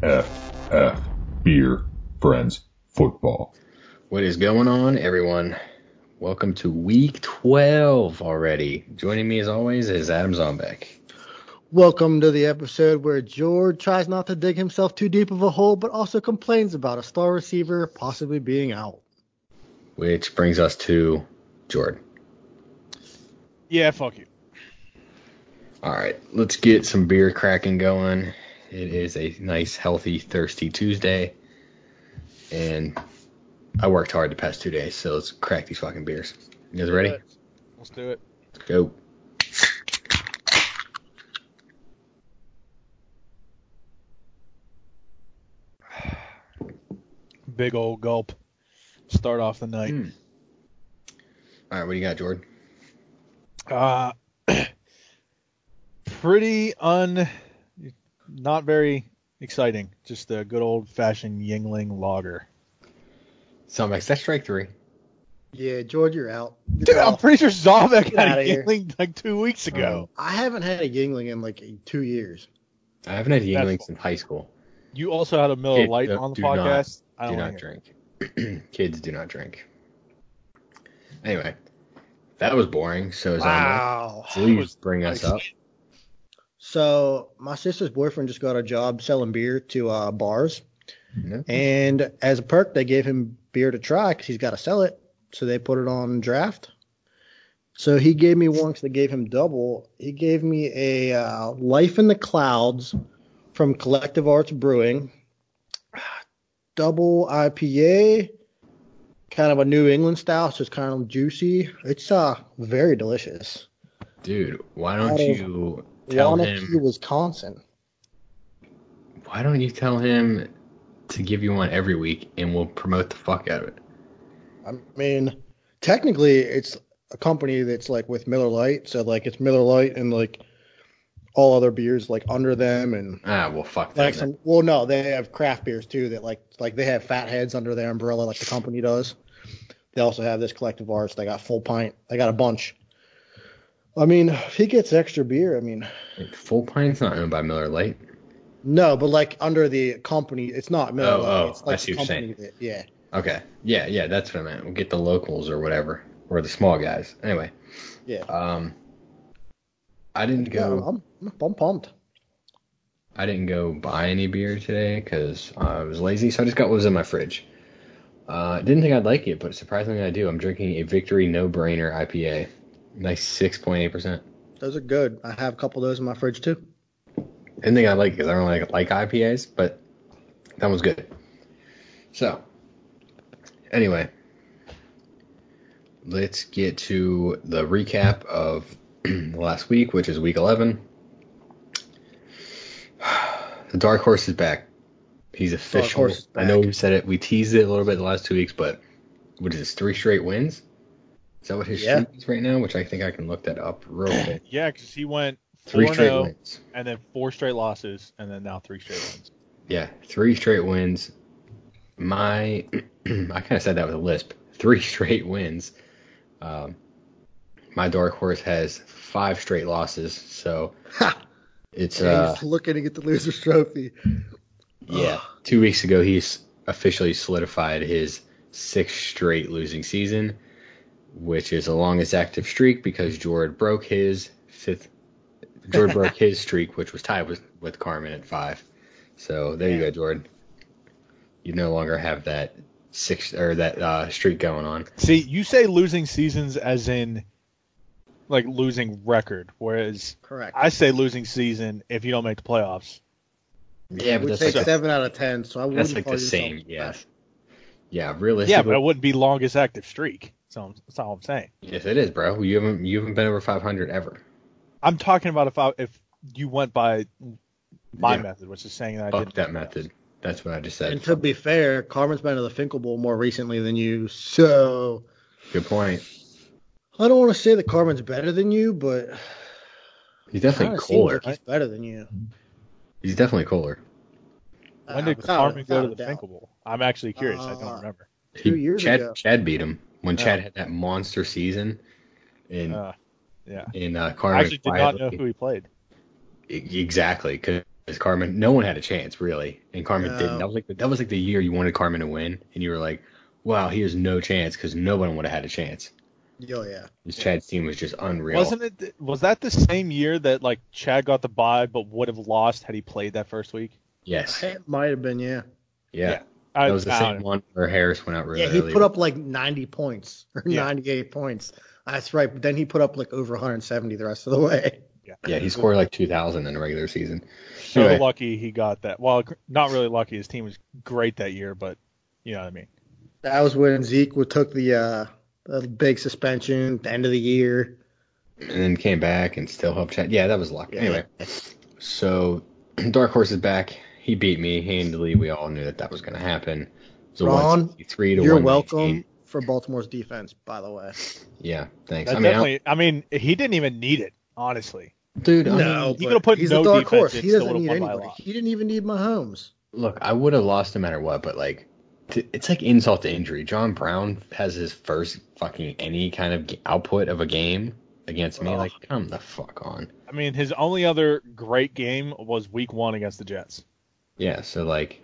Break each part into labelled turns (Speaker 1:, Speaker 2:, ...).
Speaker 1: BFF Beer Friends Football.
Speaker 2: What is going on, everyone? Welcome to week 12 already. Joining me, as always, is Adam Zombeck.
Speaker 3: Welcome to the episode where George tries not to dig himself too deep of a hole, but also complains about a star receiver possibly being out.
Speaker 2: Which brings us to Jordan.
Speaker 4: Yeah, fuck you.
Speaker 2: All right, let's get some beer cracking going. It is a nice, healthy, thirsty Tuesday. And I worked hard the past two days, so let's crack these fucking beers. You guys ready?
Speaker 4: Let's do it.
Speaker 2: Let's go.
Speaker 4: Big old gulp. Start off the night.
Speaker 2: Hmm. All right, what do you got, Jordan?
Speaker 4: Uh, pretty un, not very exciting. Just a good old fashioned Yingling lager.
Speaker 2: Zombeck, that's strike three.
Speaker 3: Yeah, George, you're out. You're
Speaker 4: Dude, I'm
Speaker 3: off.
Speaker 4: pretty sure Zovek had
Speaker 3: outta
Speaker 4: a
Speaker 3: here.
Speaker 4: Yingling like two weeks ago.
Speaker 3: I haven't had a Yingling in like two years.
Speaker 2: I haven't had
Speaker 4: That's
Speaker 2: Yingling
Speaker 4: cool.
Speaker 2: since high school.
Speaker 4: You also had a Miller
Speaker 2: Kid,
Speaker 4: Light
Speaker 2: no,
Speaker 4: on the
Speaker 2: do not-
Speaker 4: podcast. I
Speaker 2: do
Speaker 4: don't
Speaker 2: not
Speaker 4: like it.
Speaker 2: drink. Kids do not drink. Anyway, that was boring. So is
Speaker 3: Wow.
Speaker 2: Please
Speaker 4: was
Speaker 2: bring us up.
Speaker 3: So my sister's boyfriend just got a job selling beer to uh, bars,
Speaker 2: No.
Speaker 3: and as a perk, they gave him beer to try because he's got to sell it. So they put it on draft. So he gave me one 'cause they gave him double. He gave me a uh, Life in the Clouds from Collective Arts Brewing, double IPA, kind of a New England style, so it's kind of juicy. It's uh very delicious.
Speaker 2: Dude, why don't
Speaker 3: Out of
Speaker 2: you tell
Speaker 3: Wanakee,
Speaker 2: him?
Speaker 3: Wisconsin.
Speaker 2: Why don't you tell him to give you one every week, and we'll promote the fuck out of it?
Speaker 3: I mean, technically, it's a company that's like with Miller Lite, so like it's Miller Lite and like all other beers like under them and
Speaker 2: Ah, well, fuck that.
Speaker 3: like some. Well, no, they have craft beers too that like like they have Fatheads under their umbrella, like the company does. They also have this Collective Arts. They got Full Pint. They got a bunch. I mean, if he gets extra beer, I mean,
Speaker 2: Like, Full Pine's not owned by Miller Lite.
Speaker 3: no, but like under the company, it's not Miller
Speaker 2: Oh,
Speaker 3: Lite.
Speaker 2: oh,
Speaker 3: it's like
Speaker 2: I see
Speaker 3: the
Speaker 2: what you're
Speaker 3: company that, yeah.
Speaker 2: Okay, yeah, yeah, that's what I meant. We'll get the locals or whatever, or the small guys. Anyway,
Speaker 3: Yeah.
Speaker 2: Um, I didn't go.
Speaker 3: No, I'm, I'm pumped.
Speaker 2: I didn't go buy any beer today because I was lazy, so I just got what was in my fridge. Uh, I didn't think I'd like it, but surprisingly I do. I'm drinking a Victory No Brainer IPA, nice 6.8%.
Speaker 3: Those are good. I have a couple of those in my fridge too.
Speaker 2: Didn't think I'd like it because I don't like like IPAs, but that one's good. So, anyway, let's get to the recap of last week, which is week 11. The Dark Horse is back. He's official.
Speaker 3: Horse is
Speaker 2: I know
Speaker 3: back.
Speaker 2: we said it. We teased it a little bit the last two weeks, but what is this? Three straight wins? Is that what his
Speaker 3: Yeah.
Speaker 2: streak is right now? Which I think I can look that up real quick.
Speaker 4: Yeah, because he went
Speaker 2: Three
Speaker 4: 4
Speaker 2: straight
Speaker 3: oh.
Speaker 4: 0
Speaker 2: wins.
Speaker 4: and then four straight losses and then now three straight wins.
Speaker 2: Yeah, three straight wins. My, I kind of said that with a lisp. Three straight wins. Um, my dark horse has five straight losses, so
Speaker 3: Ha!
Speaker 2: it's
Speaker 3: Yeah,
Speaker 2: uh,
Speaker 3: he's looking to get the loser's trophy.
Speaker 2: yeah. Two weeks ago, he's officially solidified his sixth straight losing season, which is the longest active streak because Jord broke his fifth. Jord broke his streak, which was tied with, with Carmen at five. So there you go, Jord. You no longer have that six or that uh, streak going on.
Speaker 4: See, you say losing seasons as in like losing record, whereas
Speaker 3: Correct.
Speaker 4: I say losing season if you don't make the playoffs.
Speaker 2: Yeah, but
Speaker 3: would
Speaker 2: that's
Speaker 3: take
Speaker 2: like the,
Speaker 3: seven out of ten, so I wouldn't
Speaker 2: that's like
Speaker 3: call
Speaker 2: the
Speaker 3: yourself
Speaker 2: same. Yeah,
Speaker 3: special.
Speaker 2: yeah.
Speaker 4: Yeah, but
Speaker 2: Realistically,
Speaker 4: it wouldn't be longest active streak. So I'm- that's all I'm saying.
Speaker 2: yes, it is, bro. You haven't you haven't been over 500 ever.
Speaker 4: I'm talking about if I if you went by my
Speaker 2: Yeah. Oh.
Speaker 4: method, which is saying that I
Speaker 2: Fuck
Speaker 4: didn't
Speaker 2: that method. That's what I just said.
Speaker 3: And to be fair, Carmen's been to the Finkel Bowl more recently than you, so
Speaker 2: Good point.
Speaker 3: I don't want to say that Carmen's better than you, but
Speaker 2: He's
Speaker 3: it
Speaker 2: definitely
Speaker 3: kinda seems
Speaker 2: cooler.
Speaker 3: like he's better than you.
Speaker 2: He's definitely cooler.
Speaker 4: When
Speaker 3: Uh,
Speaker 4: did
Speaker 3: without-
Speaker 4: Carmen go
Speaker 3: without
Speaker 4: to
Speaker 3: a
Speaker 4: the
Speaker 3: doubt.
Speaker 4: Finkel Bowl? I'm actually curious. I don't
Speaker 3: Uh,
Speaker 4: remember.
Speaker 3: Two years
Speaker 2: Chad,
Speaker 3: ago.
Speaker 2: Chad beat him when
Speaker 4: Yeah.
Speaker 2: Chad had that monster season in
Speaker 4: Uh, yeah.
Speaker 2: in uh,
Speaker 4: I
Speaker 2: Carmen. E-,
Speaker 4: actually did not know who he played.
Speaker 2: Exactly, because as Carmen. No one had a chance really, and Carmen
Speaker 3: No.
Speaker 2: didn't. That was like that was like the year you wanted Carmen to win, and you were like, wow, he has no chance because no one would have had a chance.
Speaker 3: Oh yeah.
Speaker 2: This Chad's team was just unreal.
Speaker 4: Wasn't it? th- Was that the same year that like Chad got the bye but would have lost had he played that first week?
Speaker 2: Yes.
Speaker 3: It might have been, yeah.
Speaker 2: Yeah.
Speaker 4: Yeah.
Speaker 2: That was the
Speaker 4: I- I
Speaker 2: same one where Harris went out really
Speaker 3: Yeah, he
Speaker 2: early.
Speaker 3: put up like 90 points or
Speaker 4: Yeah.
Speaker 3: 98 points. That's right. But then he put up like over 170 the rest of the way.
Speaker 2: yeah, he scored like 2,000 in the regular season.
Speaker 4: So
Speaker 2: Anyway.
Speaker 4: lucky he got that. Well, gr- not really lucky. His team was great that year, but you know what I mean.
Speaker 3: That was when Zeke would- took the uh the big suspension at the end of the year.
Speaker 2: And then came back and still helped Chad. Yeah, that was luck.
Speaker 3: Yeah.
Speaker 2: Anyway, so Dark Horse is back. He beat me handily. We all knew that that was going to happen. So
Speaker 3: Ron,
Speaker 2: three to
Speaker 3: You're
Speaker 2: 119.
Speaker 3: welcome for Baltimore's defense, by the way.
Speaker 2: Yeah, thanks.
Speaker 4: That
Speaker 2: I mean, I-
Speaker 4: definitely. I mean, he didn't even need it, honestly.
Speaker 2: dude, I mean,
Speaker 3: No,
Speaker 4: he
Speaker 3: but
Speaker 4: could've put
Speaker 3: he's
Speaker 4: no
Speaker 3: a dark
Speaker 4: defense,
Speaker 3: horse.
Speaker 4: it
Speaker 3: He
Speaker 4: still
Speaker 3: doesn't
Speaker 4: would've
Speaker 3: need
Speaker 4: won by a
Speaker 3: anybody.
Speaker 4: lot.
Speaker 3: He didn't even need Mahomes.
Speaker 2: look, I would have lost no matter what, but like, t- it's like insult to injury. John Brown has his first fucking any kind of g- output of a game against me.
Speaker 3: Ugh.
Speaker 2: Like, come the fuck on.
Speaker 4: I mean, his only other great game was Week One against the Jets.
Speaker 2: Yeah, so like,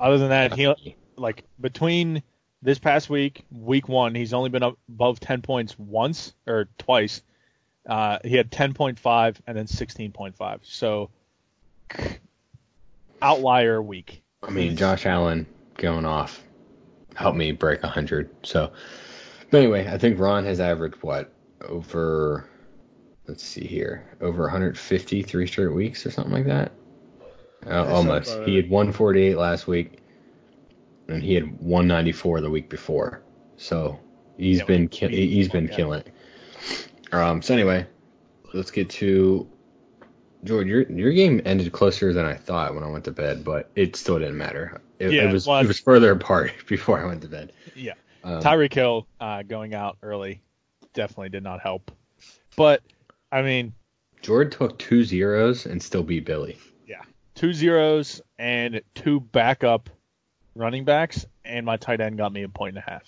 Speaker 4: Other than that, he like between this past week, Week One, he's only been up above ten points once or twice. Uh, he had ten point five and then sixteen point five. So outlier week.
Speaker 2: I mean, Josh Allen going off helped me break 100. So, but anyway, I think Ron has averaged what? Over, let's see here, over 150 three straight weeks or something like that? Uh,
Speaker 3: sounds
Speaker 2: almost.
Speaker 3: about
Speaker 2: He
Speaker 3: right.
Speaker 2: had 148 last week, and he had 194 the week before. So, he's
Speaker 4: Yeah,
Speaker 2: been
Speaker 4: we-
Speaker 2: ki-
Speaker 4: we-
Speaker 2: he's been
Speaker 4: yeah.
Speaker 2: killing it. Um, so anyway, let's get to Jordan, your your game ended closer than I thought when I went to bed, but it still didn't matter. It,
Speaker 4: Yeah,
Speaker 2: it was
Speaker 4: well,
Speaker 2: it was further apart before I went to bed.
Speaker 4: Yeah.
Speaker 2: Um,
Speaker 4: Tyreek Hill uh, going out early definitely did not help. But I mean,
Speaker 2: Jordan took two zeros and still beat Billy.
Speaker 4: two zeros and two backup running backs, and my tight end got me a point and a half.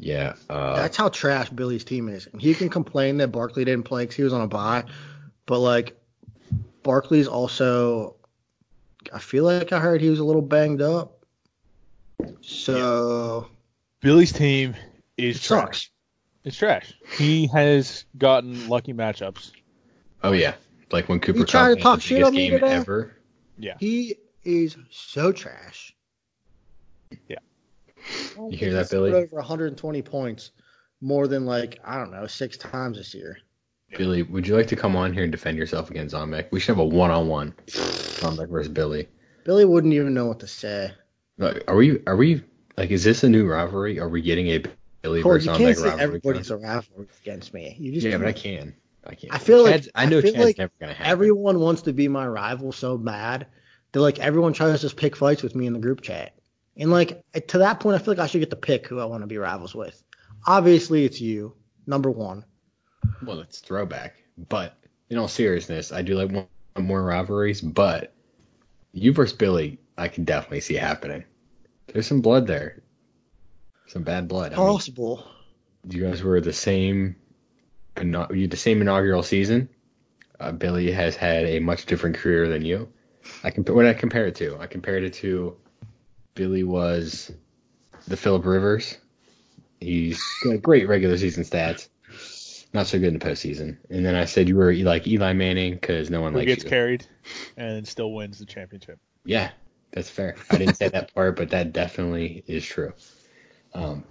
Speaker 2: Yeah, uh,
Speaker 3: That's how trash Billy's team is. And he can complain that Barkley didn't play because he was on a bye, but like Barkley's also. I feel like I heard he was a little banged up. So
Speaker 4: Billy's team
Speaker 3: it
Speaker 4: is trash.
Speaker 3: sucks.
Speaker 4: It's trash. He has gotten lucky matchups.
Speaker 2: oh yeah, like when Cooper Cup
Speaker 3: trying to
Speaker 2: had
Speaker 3: talk
Speaker 2: the
Speaker 3: shit
Speaker 2: biggest
Speaker 3: on me
Speaker 2: game
Speaker 3: today?
Speaker 2: ever.
Speaker 4: Yeah.
Speaker 3: He is so trash.
Speaker 2: You hear
Speaker 3: He's
Speaker 2: that, Billy?
Speaker 3: scored Over 120 points, more than like I don't know six times this year.
Speaker 2: Billy, would you like to come on here and defend yourself against Zombek? We should have a one-on-one. Zombek versus Billy.
Speaker 3: Billy wouldn't even know what to say.
Speaker 2: Like, are we are we like is this a new rivalry? Are we getting a Billy
Speaker 3: Corey,
Speaker 2: versus
Speaker 3: you
Speaker 2: Zombek
Speaker 3: can't say
Speaker 2: rivalry?
Speaker 3: everybody's a rivalry against me. You just
Speaker 2: Yeah, but I
Speaker 3: can't.
Speaker 2: can. I can.
Speaker 3: I feel like-
Speaker 2: Chad's, I
Speaker 3: I
Speaker 2: know
Speaker 3: feel
Speaker 2: Chad's
Speaker 3: like
Speaker 2: never gonna happen.
Speaker 3: Everyone wants to be my rival so bad that like everyone tries to just pick fights with me in the group chat. And like to that point, I feel like I should get to pick who I want to be rivals with. Obviously, it's you, number one.
Speaker 2: Well, it's throwback, but in all seriousness, I do like more, more rivalries. But you versus Billy, I can definitely see happening. There's some blood there, some bad blood. I mean,
Speaker 3: Possible.
Speaker 2: you guys were the same, ino- you had the same inaugural season. Uh, Billy has had a much different career than you. I comp- what did I compare it to? I compared it to Billy was the Philip Rivers. He's got great regular season stats, not so good in the postseason. And then I said you were like Eli Manning because no one
Speaker 4: Who
Speaker 2: likes
Speaker 4: gets
Speaker 2: you.
Speaker 4: carried and still wins the championship.
Speaker 2: Yeah, that's fair. I didn't say that part, but that definitely is true. Um,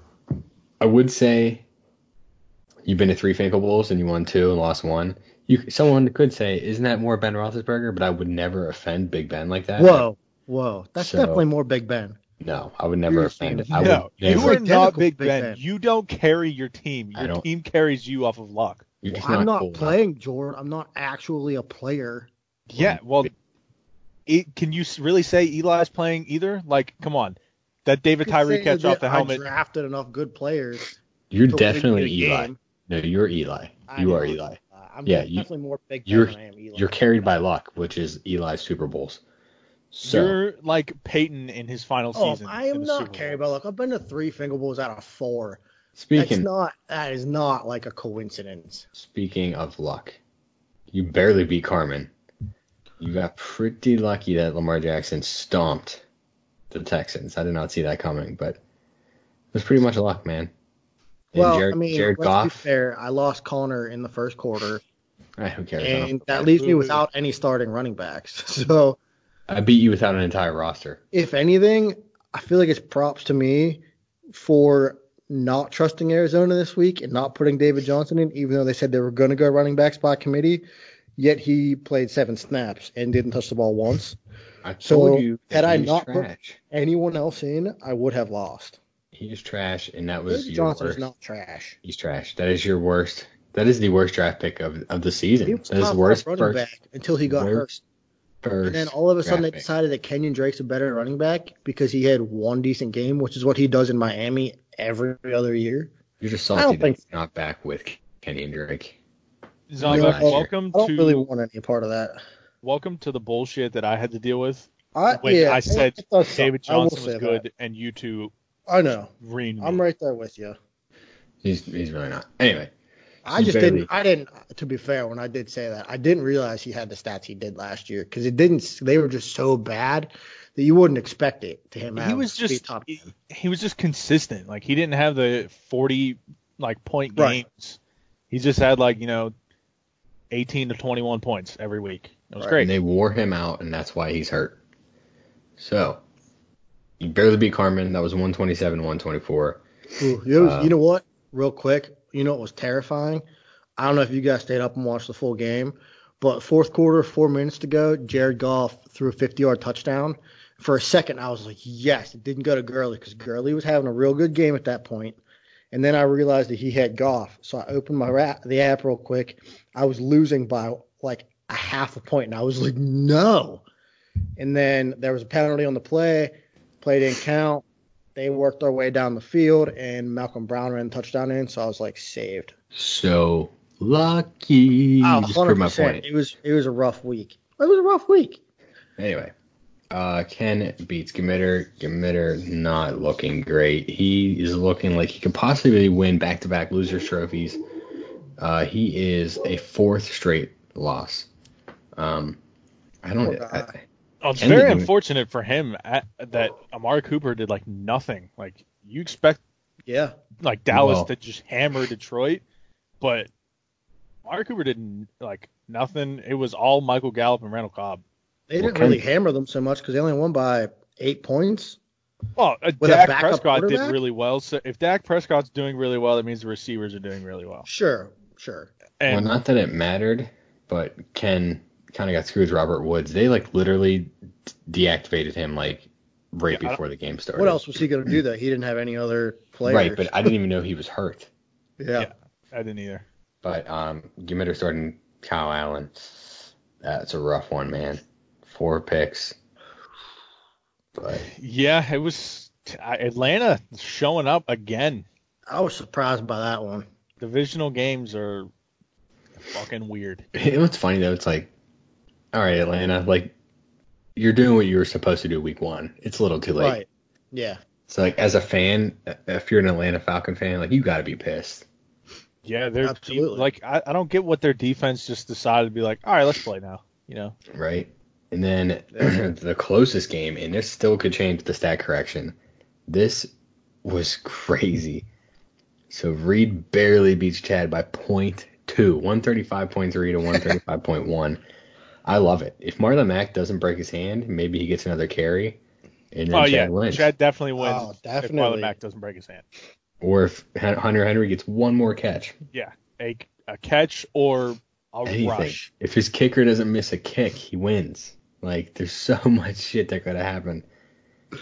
Speaker 2: I would say you've been to three Finkel Bowls and you won two and lost one. You someone could say, isn't that more Ben Roethlisberger? But I would never offend Big Ben like that.
Speaker 3: Whoa, whoa. That's
Speaker 2: So-
Speaker 3: definitely more Big Ben.
Speaker 2: No, I would never
Speaker 3: You're
Speaker 2: offend.
Speaker 3: saying
Speaker 2: I would
Speaker 4: no, you
Speaker 2: never.
Speaker 4: are not
Speaker 3: Identical
Speaker 4: Big
Speaker 3: Big
Speaker 4: ben.
Speaker 3: Ben.
Speaker 4: You don't carry your team.
Speaker 2: I
Speaker 4: Your
Speaker 2: don't.
Speaker 4: team carries you off of luck.
Speaker 2: You're just
Speaker 3: I'm not
Speaker 2: cool enough.
Speaker 3: playing Jordan. I'm not actually a player.
Speaker 4: Yeah, well, it, can you s- really say Eli's playing either? Like, come on, that David Tyree
Speaker 3: Say
Speaker 4: catch off
Speaker 3: that
Speaker 4: the helmet.
Speaker 3: I drafted enough good players.
Speaker 2: You're
Speaker 3: to win
Speaker 2: definitely
Speaker 3: the
Speaker 2: Eli.
Speaker 3: game.
Speaker 2: No, you're Eli.
Speaker 3: I
Speaker 2: You
Speaker 3: know.
Speaker 2: are Eli.
Speaker 3: Uh, I'm
Speaker 2: Yeah, you-
Speaker 3: definitely more Big Ben
Speaker 2: you're-
Speaker 3: than I am Eli.
Speaker 2: You're carried by luck, which is Eli's Super Bowls. So
Speaker 4: You're like Peyton in his final
Speaker 3: Oh,
Speaker 4: season.
Speaker 3: I
Speaker 4: in
Speaker 3: am
Speaker 4: the Super
Speaker 3: not
Speaker 4: Bowl.
Speaker 3: carried by luck. I've been to three finger bowls out of four.
Speaker 2: speaking
Speaker 3: That's not that is not like a coincidence.
Speaker 2: Speaking of luck, you barely beat Carmen. You got pretty lucky that Lamar Jackson stomped the Texans. I did not see that coming, but it was pretty much luck, man. And
Speaker 3: well,
Speaker 2: Jared,
Speaker 3: I mean,
Speaker 2: Jared
Speaker 3: let's be
Speaker 2: Goff.
Speaker 3: fair. I lost Connor in the first quarter,
Speaker 2: eh, who cares? I don't
Speaker 3: and
Speaker 2: feel
Speaker 3: that
Speaker 2: bad.
Speaker 3: leaves me without any starting running backs. So,
Speaker 2: I beat you without an entire roster.
Speaker 3: if anything, I feel like it's props to me for not trusting Arizona this week and not putting David Johnson in, even though they said they were going to go running backs by committee. Yet he played seven snaps and didn't touch the ball once.
Speaker 2: I
Speaker 3: So,
Speaker 2: told you that
Speaker 3: had I
Speaker 2: he was
Speaker 3: not put-
Speaker 2: trash.
Speaker 3: Anyone else in, I would have lost.
Speaker 2: He is trash, and that was
Speaker 3: David
Speaker 2: your
Speaker 3: Johnson
Speaker 2: worst.
Speaker 3: is not trash.
Speaker 2: He's trash. That is your worst. That is the worst draft pick of, of the
Speaker 3: He
Speaker 2: season. That is
Speaker 3: was top
Speaker 2: the
Speaker 3: five
Speaker 2: worst
Speaker 3: running
Speaker 2: first,
Speaker 3: back until he got hurt.
Speaker 2: worst, first.
Speaker 3: And then all of a sudden, they
Speaker 2: graphic.
Speaker 3: decided that Kenyon Drake's a better running back because he had one decent game, which is what he does in Miami every other year.
Speaker 2: You're just
Speaker 3: I don't
Speaker 2: salty that
Speaker 3: think-
Speaker 2: he's not back with Kenny and Drake.
Speaker 4: Zonga,
Speaker 3: No,
Speaker 4: welcome
Speaker 3: I don't
Speaker 4: to
Speaker 3: really want any part of that.
Speaker 4: welcome to the bullshit that I had to deal with
Speaker 3: I,
Speaker 4: when
Speaker 3: yeah,
Speaker 4: I said
Speaker 3: it does suck.
Speaker 4: David
Speaker 3: I will
Speaker 4: Johnson was
Speaker 3: say
Speaker 4: good
Speaker 3: that.
Speaker 4: and you two
Speaker 3: I know.
Speaker 4: reamed me.
Speaker 3: I'm right there with you.
Speaker 2: He's he's really not. Anyway,
Speaker 3: I
Speaker 2: He
Speaker 3: just
Speaker 2: barely-
Speaker 3: didn't. I didn't. To be fair, when I did say that, I didn't realize he had the stats he did last year because it didn't. They were just so bad that you wouldn't expect it to him.
Speaker 4: he
Speaker 3: having
Speaker 4: was
Speaker 3: to be
Speaker 4: just
Speaker 3: top
Speaker 4: he,
Speaker 3: 10.
Speaker 4: he was just consistent. Like he didn't have the forty like point
Speaker 3: Right.
Speaker 4: games. He just had like you know eighteen to twenty one points every week. It
Speaker 3: Right.
Speaker 4: was
Speaker 2: and
Speaker 4: great.
Speaker 2: they wore him out, and that's why he's hurt. So you barely beat Carmen. That was 127, 124.
Speaker 3: Ooh, it was-
Speaker 2: Uh,
Speaker 3: you know what? Real quick, you know what was terrifying? I don't know if you guys stayed up and watched the full game, but fourth quarter, four minutes to go, Jared Goff threw a 50-yard touchdown. For a second, I was like, yes, it didn't go to Gurley because Gurley was having a real good game at that point. And then I realized that he had Goff, so I opened my ra- the app real quick. I was losing by like a half a point, and I was like, no. And then there was a penalty on the play. Play didn't count they worked their way down the field and Malcolm Brown ran a touchdown in, so I was like saved.
Speaker 2: So lucky.
Speaker 3: Oh,
Speaker 2: Just proved my
Speaker 3: 100%.
Speaker 2: point.
Speaker 3: It was it was a rough week. It was a rough week.
Speaker 2: Anyway, uh, Ken beats Gemitter. Gemitter not looking great. He is looking like he could possibly win back-to-back losers trophies. Uh, he is a fourth straight loss. Um, I don't.
Speaker 3: Poor
Speaker 2: I,
Speaker 3: guy.
Speaker 4: Oh, it's
Speaker 2: And they
Speaker 4: very
Speaker 2: didn't-
Speaker 4: unfortunate for him at, that Amari Cooper did like nothing. Like you expect
Speaker 3: Yeah.
Speaker 4: like Dallas
Speaker 2: Well-
Speaker 4: to just hammer Detroit, but Amari Cooper didn't like nothing. It was all Michael Gallup and Randall Cobb.
Speaker 3: They
Speaker 2: Well,
Speaker 3: didn't really
Speaker 2: Ken-
Speaker 3: hammer them so much because they only won by eight points.
Speaker 4: Well, uh,
Speaker 3: With a
Speaker 4: Dak
Speaker 3: backup
Speaker 4: Prescott did
Speaker 3: quarterback?
Speaker 4: really well. So if Dak Prescott's doing really well, that means the receivers are doing really well.
Speaker 3: Sure, sure.
Speaker 4: And
Speaker 2: well, not that it mattered, but Ken kind of got screwed. with Robert Woods. They like literally d- deactivated him like right
Speaker 4: Yeah, I
Speaker 2: before the game started.
Speaker 3: What else was he gonna do though? He didn't have any other players.
Speaker 2: Right, but I didn't even know he was hurt.
Speaker 3: yeah.
Speaker 4: yeah. I didn't either.
Speaker 2: But um, Gemitter starting Kyle Allen. That's a rough one, man. Four picks. But
Speaker 4: Yeah, it was t- I- Atlanta showing up again.
Speaker 3: I was surprised by that one.
Speaker 4: Divisional games are fucking weird.
Speaker 2: it was funny though. It's like, all right, Atlanta, like you're doing what you were supposed to do week one. It's a little too late.
Speaker 3: right. Yeah.
Speaker 2: So like as a fan, if you're an Atlanta Falcon fan, like you got to be pissed.
Speaker 4: Yeah, they're
Speaker 3: Absolutely.
Speaker 4: like I, I don't get what their defense just decided to be like, all right, let's play now. You know,
Speaker 2: right? And then
Speaker 3: Yeah.
Speaker 2: the closest game, and this still could change the stat correction. This was crazy. So Reed barely beats Chad by point two, 135.3 to 135.1. I love it. If Marlon Mack doesn't break his hand, maybe he gets another carry, and then
Speaker 4: oh
Speaker 2: Chad
Speaker 4: yeah,
Speaker 2: wins.
Speaker 4: Chad definitely wins.
Speaker 3: Oh,
Speaker 4: If
Speaker 3: definitely.
Speaker 4: Marlon Mack doesn't break his hand,
Speaker 2: Or if Hun- Hunter Henry gets one more catch,
Speaker 4: yeah, a, a catch or a
Speaker 2: anything.
Speaker 4: rush.
Speaker 2: If his kicker doesn't miss a kick, he wins. Like there's so much shit that could have happened,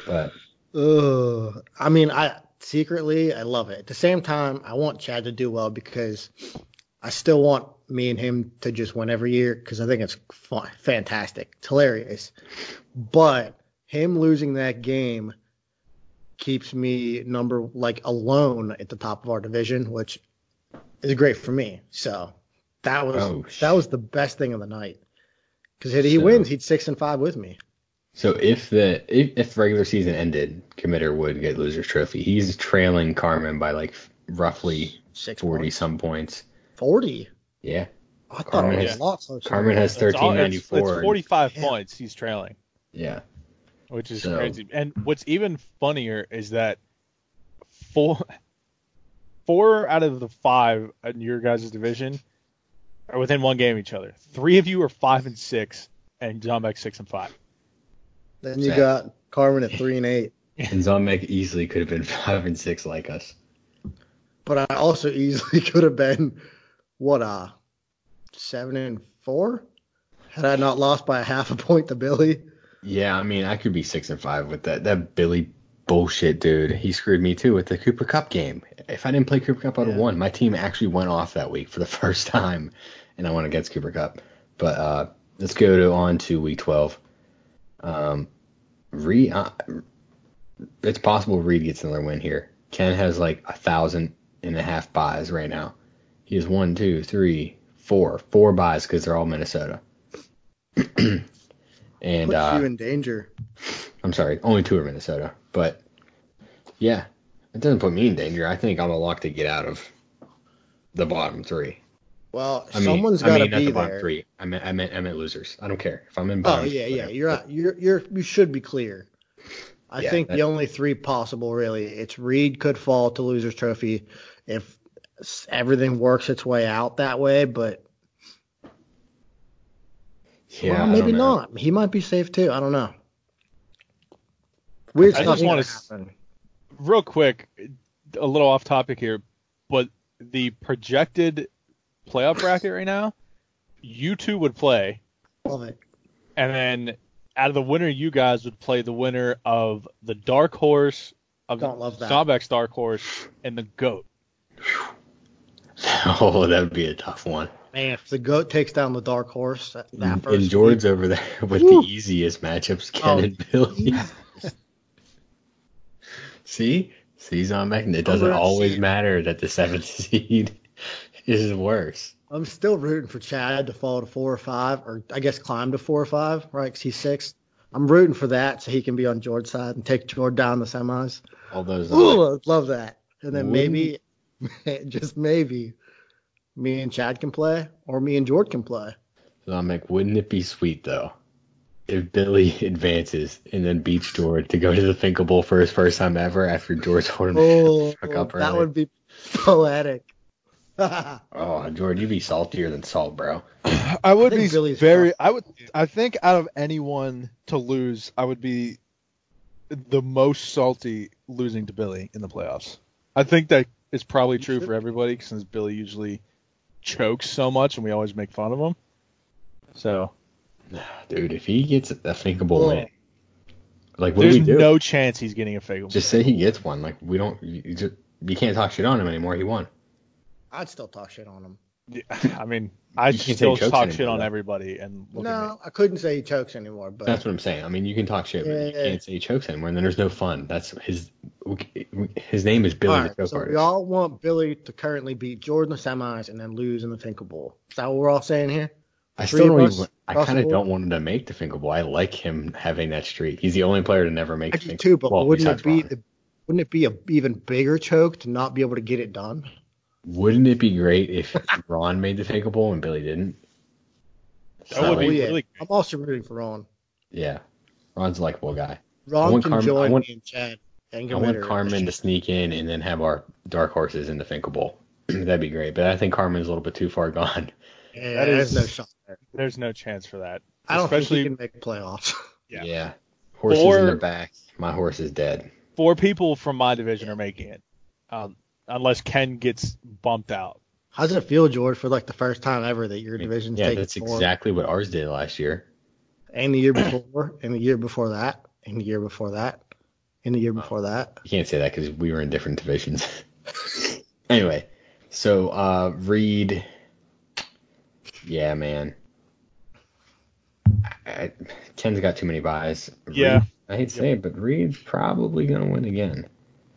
Speaker 2: but
Speaker 3: Ugh. I mean, I secretly I love it. At the same time, I want Chad to do well because I still want me and him to just win every year because I think it's fun, fantastic, it's hilarious. But him losing that game keeps me number like alone at the top of our division, which is great for me. So that was
Speaker 2: Oh, sh-
Speaker 3: that was the best thing of the night because if he
Speaker 2: So-
Speaker 3: wins, he'd six and five with me.
Speaker 2: So if the if, if regular season ended, Committer would get loser's trophy. He's trailing Carmen by like roughly
Speaker 3: Six
Speaker 2: forty
Speaker 3: points.
Speaker 2: some points.
Speaker 3: forty.
Speaker 2: Yeah,
Speaker 3: I thought
Speaker 2: Carmen
Speaker 3: it was
Speaker 2: has-
Speaker 3: a lot closer.
Speaker 2: Carmen has
Speaker 4: It's all-
Speaker 2: thirteen
Speaker 4: it's-
Speaker 2: ninety
Speaker 4: It's,
Speaker 2: four.
Speaker 4: 45
Speaker 3: Yeah.
Speaker 4: points he's trailing,
Speaker 2: Yeah,
Speaker 4: which is
Speaker 2: So-
Speaker 4: crazy. And what's even funnier is that four four out of the five in your guys' division are within one game of each other. Three of you are five and six, and John Beck six and five.
Speaker 3: Then you
Speaker 2: Sad.
Speaker 3: got Carmen at three and eight.
Speaker 2: and Zomek easily could have been five and six like us.
Speaker 3: But I also easily could have been what uh seven and four had I not lost by a half a point to Billy.
Speaker 2: Yeah, I mean, I could be six and five with that. That Billy bullshit dude. He screwed me too with the Cooper Cup game. If I didn't play Cooper Cup, I'd have
Speaker 3: Yeah.
Speaker 2: won. My team actually went off that week for the first time, and I went against Cooper Cup. But uh, let's go to on to week twelve. Um, Reed, uh, it's possible Reed gets another win here. Ken has like a thousand and a half buys right now. He has one, two, three, four, four buys because they're all Minnesota. and
Speaker 3: Puts
Speaker 2: uh,
Speaker 3: you in danger.
Speaker 2: I'm sorry, only two are Minnesota. But yeah, it doesn't put me in danger. I think I'm a lock to get out of the bottom three.
Speaker 3: Well,
Speaker 2: I mean,
Speaker 3: someone's
Speaker 2: I
Speaker 3: got to
Speaker 2: mean, not
Speaker 3: be
Speaker 2: the bottom
Speaker 3: there.
Speaker 2: three. I meant, I meant, I meant losers. I don't care if I'm in
Speaker 3: Oh
Speaker 2: bottom.
Speaker 3: yeah, yeah.
Speaker 2: whatever.
Speaker 3: You're out. You're you're you should be clear. I
Speaker 2: Yeah,
Speaker 3: think
Speaker 2: that-
Speaker 3: the only three possible really it's Reed could fall to losers trophy if s- everything works its way out that way, but
Speaker 2: Yeah, I
Speaker 3: well, maybe
Speaker 2: don't know.
Speaker 3: not. He might be safe too. I don't know. Weird
Speaker 2: I just
Speaker 3: stuff
Speaker 4: wanna
Speaker 3: want to
Speaker 4: s-
Speaker 3: happen.
Speaker 4: real quick, a little off topic here, but the projected playoff bracket right now, you two would play,
Speaker 3: Love it.
Speaker 4: and then out of the winner, you guys would play the winner of the dark horse of
Speaker 3: Don't love that.
Speaker 4: Sawback's dark horse and the goat.
Speaker 2: Oh, that would be a tough one.
Speaker 3: Man, if the goat takes down the dark horse that, that first
Speaker 2: and Jordan's over there with the easiest matchups, Ken
Speaker 3: Oh,
Speaker 2: and Billy. See? See, Zomek, it doesn't
Speaker 3: gonna
Speaker 2: always
Speaker 3: see it.
Speaker 2: matter that the seventh seed is worse.
Speaker 3: I'm still rooting for Chad to fall to four or five, or I guess climb to four or five, right? 'Cause he's six. I'm rooting for that so he can be on George's side and take George down the semis.
Speaker 2: Although Zomek
Speaker 3: Ooh, I'd love that. And then maybe, just maybe, me and Chad can play, or me and George can play.
Speaker 2: So I'm like, wouldn't it be sweet though if Billy advances and then beats George to go to the Finkel Bowl for his first time ever after George told him
Speaker 3: Oh,
Speaker 2: to fuck up
Speaker 3: that
Speaker 2: early?
Speaker 3: would be poetic. I
Speaker 2: Oh, George, you'd be saltier than salt, bro.
Speaker 5: I would
Speaker 3: I think
Speaker 5: be
Speaker 3: Billy's
Speaker 5: very.
Speaker 3: tough.
Speaker 5: I would. I think out of anyone to lose, I would be the most salty losing to Billy in the playoffs. I think that is probably
Speaker 3: You
Speaker 5: true
Speaker 3: should
Speaker 5: for everybody since Billy usually chokes so much and we always make fun of him. So
Speaker 2: Dude, if he gets a Finkel Bowl win, like what
Speaker 4: There's
Speaker 2: do we do?
Speaker 4: no chance he's getting a fake.
Speaker 2: Just say he gets one. Like we don't. You, you just, you can't talk shit on him anymore. He won.
Speaker 3: would still talk shit on him.
Speaker 4: I mean, I
Speaker 2: You can't
Speaker 4: still
Speaker 2: take jokes
Speaker 4: talk shit
Speaker 2: anymore,
Speaker 4: on
Speaker 2: though.
Speaker 4: everybody, and look at me.
Speaker 3: no, I couldn't say he chokes anymore, but
Speaker 2: That's what I'm saying. I mean, you can talk shit, but
Speaker 3: Yeah,
Speaker 2: you
Speaker 3: yeah, yeah.
Speaker 2: can't say he chokes anymore. And then there's no fun. That's his. we- we- His name is Billy
Speaker 3: All
Speaker 2: the
Speaker 3: right,
Speaker 2: Joke
Speaker 3: so we
Speaker 2: Artist.
Speaker 3: all want Billy to currently beat Jordan in the semis and then lose in the Finkel Bowl. Is that what we're all saying here?
Speaker 2: I
Speaker 3: Three
Speaker 2: still don't
Speaker 3: across-
Speaker 2: even. I
Speaker 3: across the
Speaker 2: kind of
Speaker 3: board?
Speaker 2: don't want him to make the Finkel Bowl. I like him having that streak. He's the only player to never make
Speaker 3: I
Speaker 2: the
Speaker 3: do
Speaker 2: Finkel
Speaker 3: too, but
Speaker 2: Well,
Speaker 3: wouldn't
Speaker 2: besides
Speaker 3: it be
Speaker 2: Ron.
Speaker 3: the, wouldn't it be a even bigger choke to not be able to get it done?
Speaker 2: Wouldn't it be great if Ron made the Finkel Bowl and Billy didn't? It's
Speaker 4: That
Speaker 2: not
Speaker 4: would
Speaker 2: like-
Speaker 4: be-
Speaker 3: Oh, yeah.
Speaker 4: really-
Speaker 3: I'm also rooting for Ron.
Speaker 2: yeah. Ron's a likable guy. I
Speaker 3: Ron
Speaker 2: want
Speaker 3: can
Speaker 2: Carm- I
Speaker 3: join
Speaker 2: want-
Speaker 3: me and Chad. And
Speaker 2: I want Carmen to sneak in and then have our dark horses in the Finkel Bowl. That'd be great. But I think Carmen's a little bit too far gone.
Speaker 3: Yeah,
Speaker 4: That
Speaker 3: there's
Speaker 4: is-
Speaker 3: no shot there.
Speaker 4: There's no chance for that.
Speaker 3: I don't
Speaker 4: Especially
Speaker 3: think he can make playoffs.
Speaker 4: Yeah.
Speaker 2: Horses in the
Speaker 4: Or-
Speaker 2: back. My horse is dead.
Speaker 4: four people from my division are making it, um, unless Ken gets bumped out.
Speaker 3: How does it feel, George, for like the first time ever that your division's
Speaker 2: yeah,
Speaker 3: taking
Speaker 2: that's
Speaker 3: four,
Speaker 2: exactly what ours did last year.
Speaker 3: and the year before, and the year before that, and the year before that, and the year before that?
Speaker 2: You can't say that because we were in different divisions. anyway, so uh, Reed, yeah, man, I, I- Ken's got too many buys.
Speaker 4: Yeah.
Speaker 2: I hate to say it, but Reed's probably gonna win again.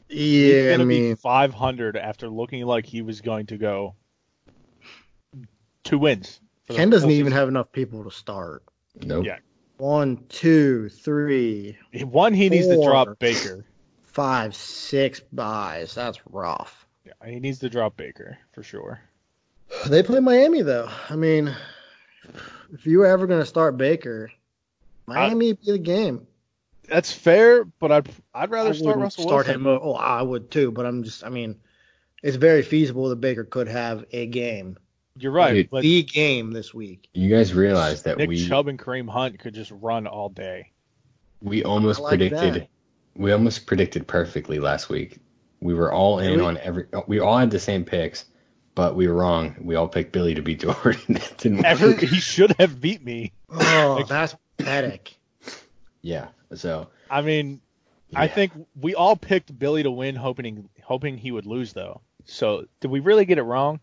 Speaker 4: He's
Speaker 3: Yeah, I
Speaker 4: gonna be
Speaker 3: mean,
Speaker 4: 500 after looking like he was going to go two wins. for the
Speaker 3: Ken doesn't
Speaker 4: whole
Speaker 3: even have enough people to start.
Speaker 2: Nope.
Speaker 4: Yeah.
Speaker 3: One, two, three,
Speaker 4: season. one. He needs to
Speaker 3: Four.
Speaker 4: drop Baker.
Speaker 3: five, six buys. That's rough.
Speaker 4: Yeah, he needs to drop Baker for sure.
Speaker 3: They play Miami though. I mean, if you were ever going to start Baker, Miami would be the game.
Speaker 5: That's fair, but I'd I'd rather
Speaker 3: I
Speaker 5: start
Speaker 3: wouldn't
Speaker 5: Russell
Speaker 3: start
Speaker 5: Wilson.
Speaker 3: him. o- Oh, I would too, but I'm just. I mean, it's very feasible that Baker could have a game,
Speaker 4: You're right,
Speaker 2: Dude,
Speaker 4: but
Speaker 3: the game this week.
Speaker 2: You guys realize that
Speaker 4: Nick
Speaker 2: we
Speaker 4: Chubb and Kareem Hunt could just run all day.
Speaker 2: we almost
Speaker 3: I like
Speaker 2: predicted
Speaker 3: that.
Speaker 2: we almost predicted perfectly last week. We were all in
Speaker 3: Really?
Speaker 2: on every we all had the same picks, but we were wrong. We all picked Billy to beat Jordan. That didn't work.
Speaker 4: Ever he should have beat me.
Speaker 3: Oh, that's pathetic.
Speaker 2: Yeah. So
Speaker 4: I mean, I
Speaker 2: yeah.
Speaker 4: think we all picked Billy to win, hoping hoping he would lose though. So did we really get it wrong?